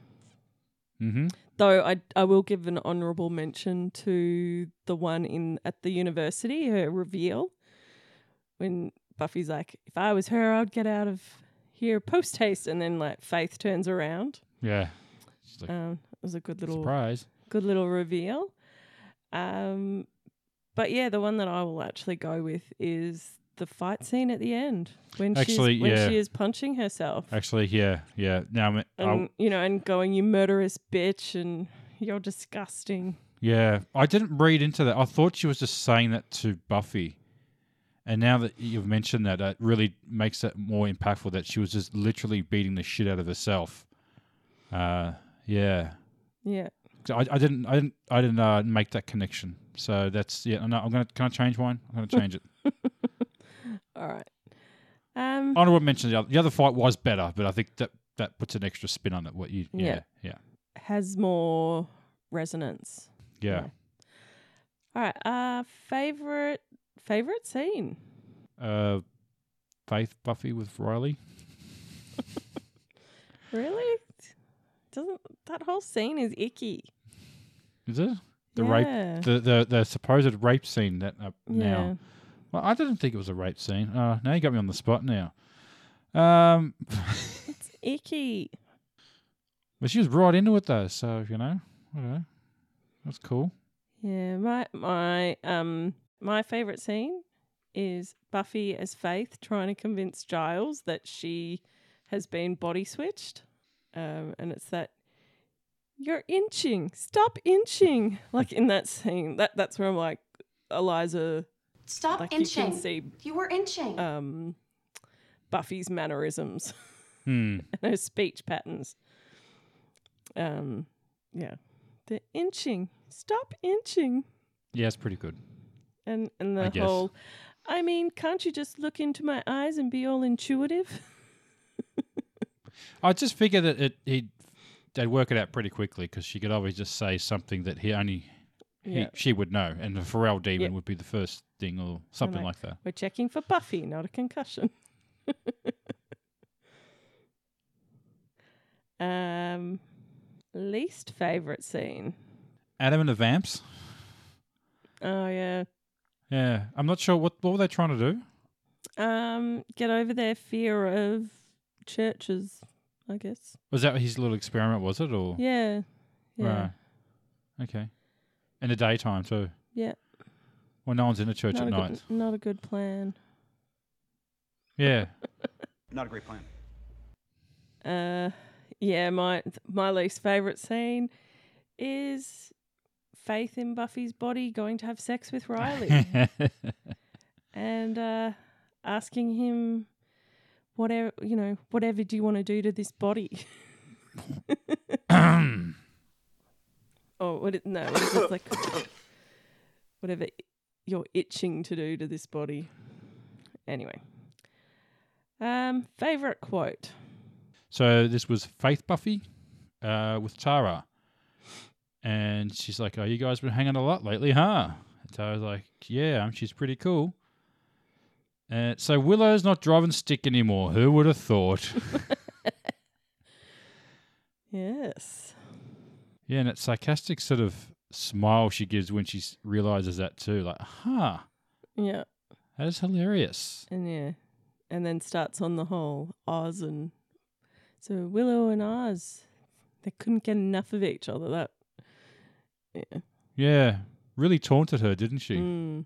A: Mm-hmm.
B: Though I I will give an honourable mention to the one in at the university, her reveal. When Buffy's like, if I was her, I'd get out of here post haste and then like Faith turns around.
A: Yeah, She's like,
B: Um, it was a good little
A: surprise.
B: good little reveal. Um, but yeah, the one that I will actually go with is the fight scene at the end when
A: Actually,
B: she's when
A: yeah.
B: she is punching herself,
A: Actually, yeah, yeah. Now, I'm- I'll-
B: and you know, and going, "You murderous bitch," and "You're disgusting."
A: Yeah, I didn't read into that. I thought she was just saying that to Buffy. And now that you've mentioned that, it really makes it more impactful that she was just literally beating the shit out of herself. Uh, yeah,
B: Yeah,
A: 'Cause I, I didn't, I didn't, I didn't uh, make that connection. So that's yeah. No, I'm gonna can I change mine? I'm gonna change it.
B: all right. Um,
A: Honorable mention. The other, the other fight was better, but I think that that puts an extra spin on it. What you? Yeah,
B: Yeah.
A: yeah,
B: has more resonance.
A: yeah.
B: All right. Uh, favorite favorite scene.
A: Uh, Faith Buffy with Riley.
B: Really? Doesn't that whole scene is icky?
A: Is it the
B: Yeah.
A: rape? The, the the supposed rape scene that uh,
B: Yeah.
A: now. Well, I didn't think it was a rape scene. Uh, now you got me on the spot. Now, um,
B: It's icky.
A: but she was right into it though, so you know, I don't know. That's cool.
B: Yeah, my my um my favorite scene is Buffy as Faith trying to convince Giles that she has been body switched, um, and it's that you're inching, stop inching, like in that scene. That that's where I'm like Eliza,
D: Stop
B: like you
D: inching.
B: can see
D: You were inching.
B: um Buffy's mannerisms
A: Hmm.
B: and her speech patterns. Um, yeah, the inching, stop inching.
A: Yeah, it's pretty good.
B: and and
A: I
B: the
A: guess.
B: whole i mean can't you just look into my eyes and be all intuitive
A: I just figured that it he'd, they'd work it out pretty quickly because she could always just say something that he only he,
B: Yeah.
A: she would know, and the Pharrell demon
B: Yeah.
A: would be the first thing or something like, that.
B: we're checking for buffy not a concussion um least favorite scene
A: Adam and the Vamps.
B: oh yeah
A: Yeah, I'm not sure what what were they trying to do.
B: um get over their fear of churches i guess
A: Was that his little experiment? Was it or
B: yeah yeah
A: Right. Okay. In the daytime too.
B: yeah
A: Well, no one's in the church
B: not
A: at
B: a,
A: night.
B: good, not a good plan
A: Yeah.
H: Not a great plan.
B: Uh, yeah, my my least favorite scene is Faith in Buffy's body going to have sex with Riley and uh, asking him whatever you know, whatever do you want to do to this body? oh, what it, no, what is it like whatever you're itching to do to this body. Anyway, um, favorite quote.
A: so this was Faith Buffy uh, with Tara. And she's like, Oh, you guys been hanging a lot lately, huh? And Tara's like, Yeah, um, she's pretty cool. Uh, so Willow's not driving stick anymore. Who would have thought?
B: Yes.
A: Yeah, and that sarcastic sort of smile she gives when she s- realizes that too. Like, huh,
B: Yeah.
A: that is hilarious.
B: And yeah. And then starts on the whole Oz and so Willow and Oz. They couldn't get enough of each other. That yeah.
A: Yeah, really taunted her, didn't she?
B: Mm.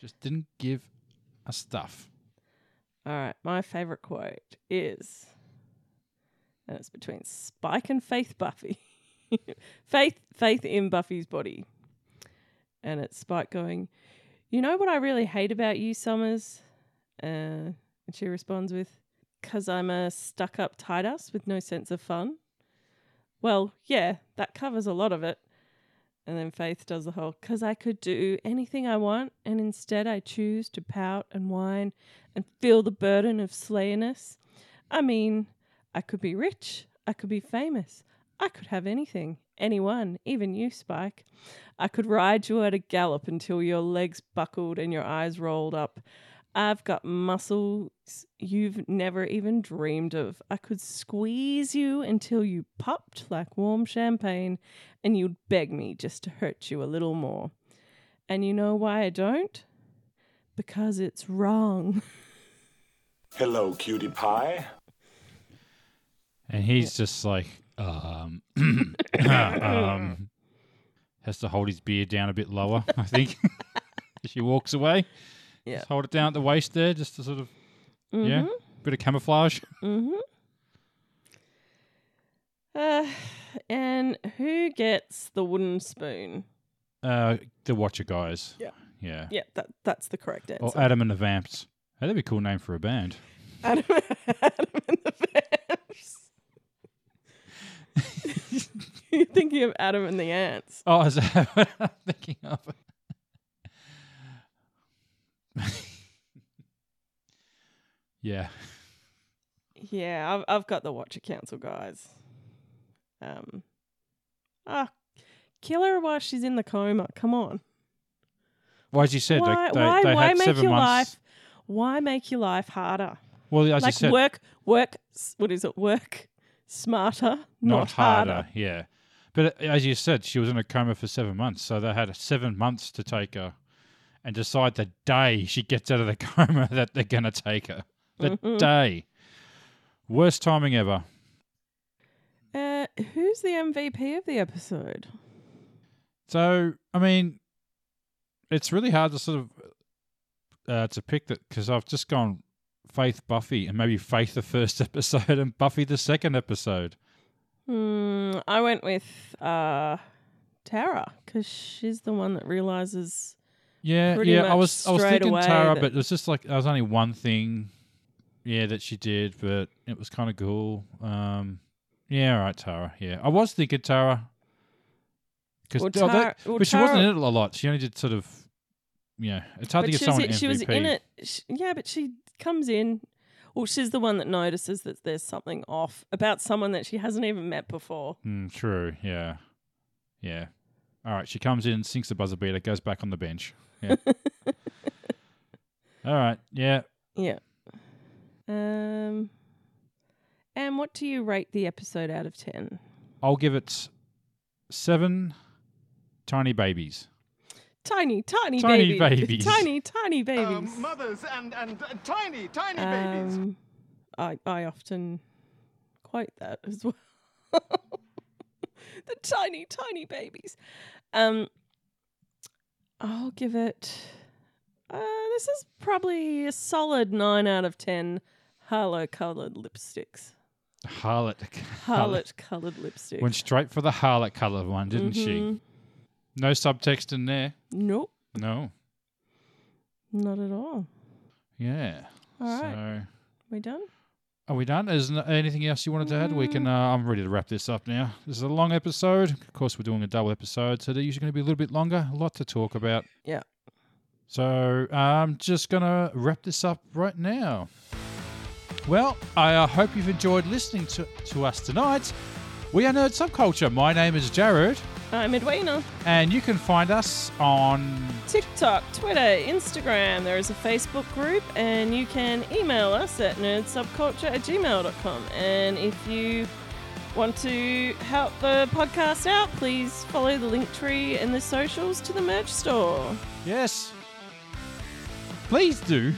A: Just didn't give a stuff.
B: All right, my favorite quote is, and it's between Spike and Faith Buffy. Faith, Faith in Buffy's body, and it's Spike going, "You know what I really hate about you, Summers?" Uh, and she responds with, "Cause I'm a stuck-up Titus with no sense of fun." Well, yeah, that covers a lot of it. And then Faith does the whole, "Cause I could do anything I want, and instead I choose to pout and whine." and feel the burden of slayerness. I mean, I could be rich, I could be famous, I could have anything, anyone, even you, Spike. I could ride you at a gallop until your legs buckled and your eyes rolled up. I've got muscles you've never even dreamed of. I could squeeze you until you popped like warm champagne and you'd beg me just to hurt you a little more. And you know why I don't? Because it's wrong.
F: Hello, cutie pie.
A: And he's just like, um, um, has to hold his beard down a bit lower, I think. as she walks away.
B: Yeah.
A: Just hold it down at the waist there, just to sort of, yeah,
B: Mhm.
A: bit of camouflage.
B: Mm-hmm. Uh, and who gets the wooden spoon?
A: Uh, the Watcher guys.
B: Yeah.
A: Yeah.
B: Yeah, that that's the correct answer.
A: Or Adam and the Vamps. Hey, that'd be a cool name for a band.
B: Adam, Adam and the Vamps. You're thinking of Adam and the Ants.
A: Oh, is that what I'm thinking of? yeah.
B: Yeah, I've I've got the Watcher Council guys. Um, ah, kill her while she's in the coma. Come on.
A: Well, as you said, they-
B: why
A: they,
B: why,
A: they
B: why
A: had
B: make
A: seven
B: your
A: months.
B: life? Why make your life harder?
A: well, as you
B: like
A: said,
B: work, work. s- What is it? Work smarter, not,
A: not, harder. Yeah. But uh, as you said, she was in a coma for seven months, so they had seven months to take her and decide the day she gets out of the coma that they're going to take her. The
B: Mm-hmm.
A: day. Worst timing ever.
B: Uh, who's the MVP of the episode?
A: So, I mean, it's really hard to sort of uh, to pick that because I've just gone Faith Buffy and maybe Faith the first episode and Buffy the second episode.
B: Hmm, I went with uh, Tara because she's the one that realizes.
A: Yeah,
B: Pretty
A: yeah. I
B: much
A: was I was
B: straight
A: thinking
B: away
A: Tara,
B: that-
A: but it was just like there was only one thing, yeah, that she did, but it was kind of cool. Um, yeah, all right, Tara. Yeah, I was thinking Tara because
B: Well, Tara- well,
A: but she wasn't
B: Tara-
A: in it a lot. She only did sort of, you know, it's hard to
B: but
A: get
B: she was,
A: someone
B: i- she was
A: MVP.
B: in it. sh yeah, but she comes in. Well, she's the one that notices that there's something off about someone that she hasn't even met before.
A: Mm, true. Yeah. Yeah. All right. She comes in, sinks the buzzer beater, goes back on the bench. Yeah. All right. Yeah.
B: Yeah. Um. And what do you rate the episode out of ten?
A: I'll give it seven tiny babies.
B: tiny, tiny,
A: Tiny
B: baby-
A: babies.
B: tiny, tiny babies.
H: Um, mothers and, and uh, tiny, tiny babies.
B: Um, I I often quote that as well. the tiny, tiny babies. Um, I'll give it. Uh, this is probably a solid nine out of ten. Harlow coloured lipsticks.
A: Harlot.
B: Harlot coloured lipsticks.
A: Went straight for the harlot color one, didn't she? No subtext in there.
B: nope,
A: No.
B: not at all.
A: Yeah.
B: All
A: so,
B: right. We done?
A: are we done? Is there anything else you wanted to add? We can. Uh, I'm ready to wrap this up now. This is a long episode. Of course, we're doing a double episode, so they're usually going to be a little bit longer. A lot to talk about.
B: Yeah.
A: So I'm just going to wrap this up right now. Well, I uh, hope you've enjoyed listening to, to us tonight. We are Nerd Subculture. My name is Jared,
B: I'm Edwina.
A: and you can find us on.
B: TikTok, Twitter, Instagram. There is a Facebook group, and you can email us at nerdsubculture at gmail.com. And if you want to help the podcast out, please follow the link tree and the socials to the merch store.
A: Yes. Please do.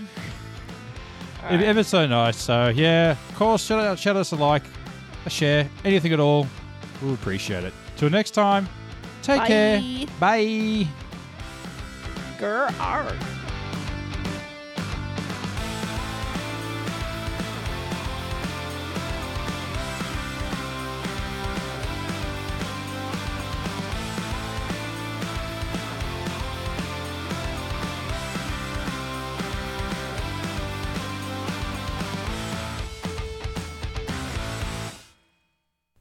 A: It'd be ever so nice. So, yeah, of course, shout, out, shout us a like, a share, anything at all. We'll appreciate it. Till next time, take
B: Bye.
A: care. Bye.
B: Grr, arr.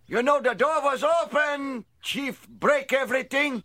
C: You know the door was open, Chief Break Everything.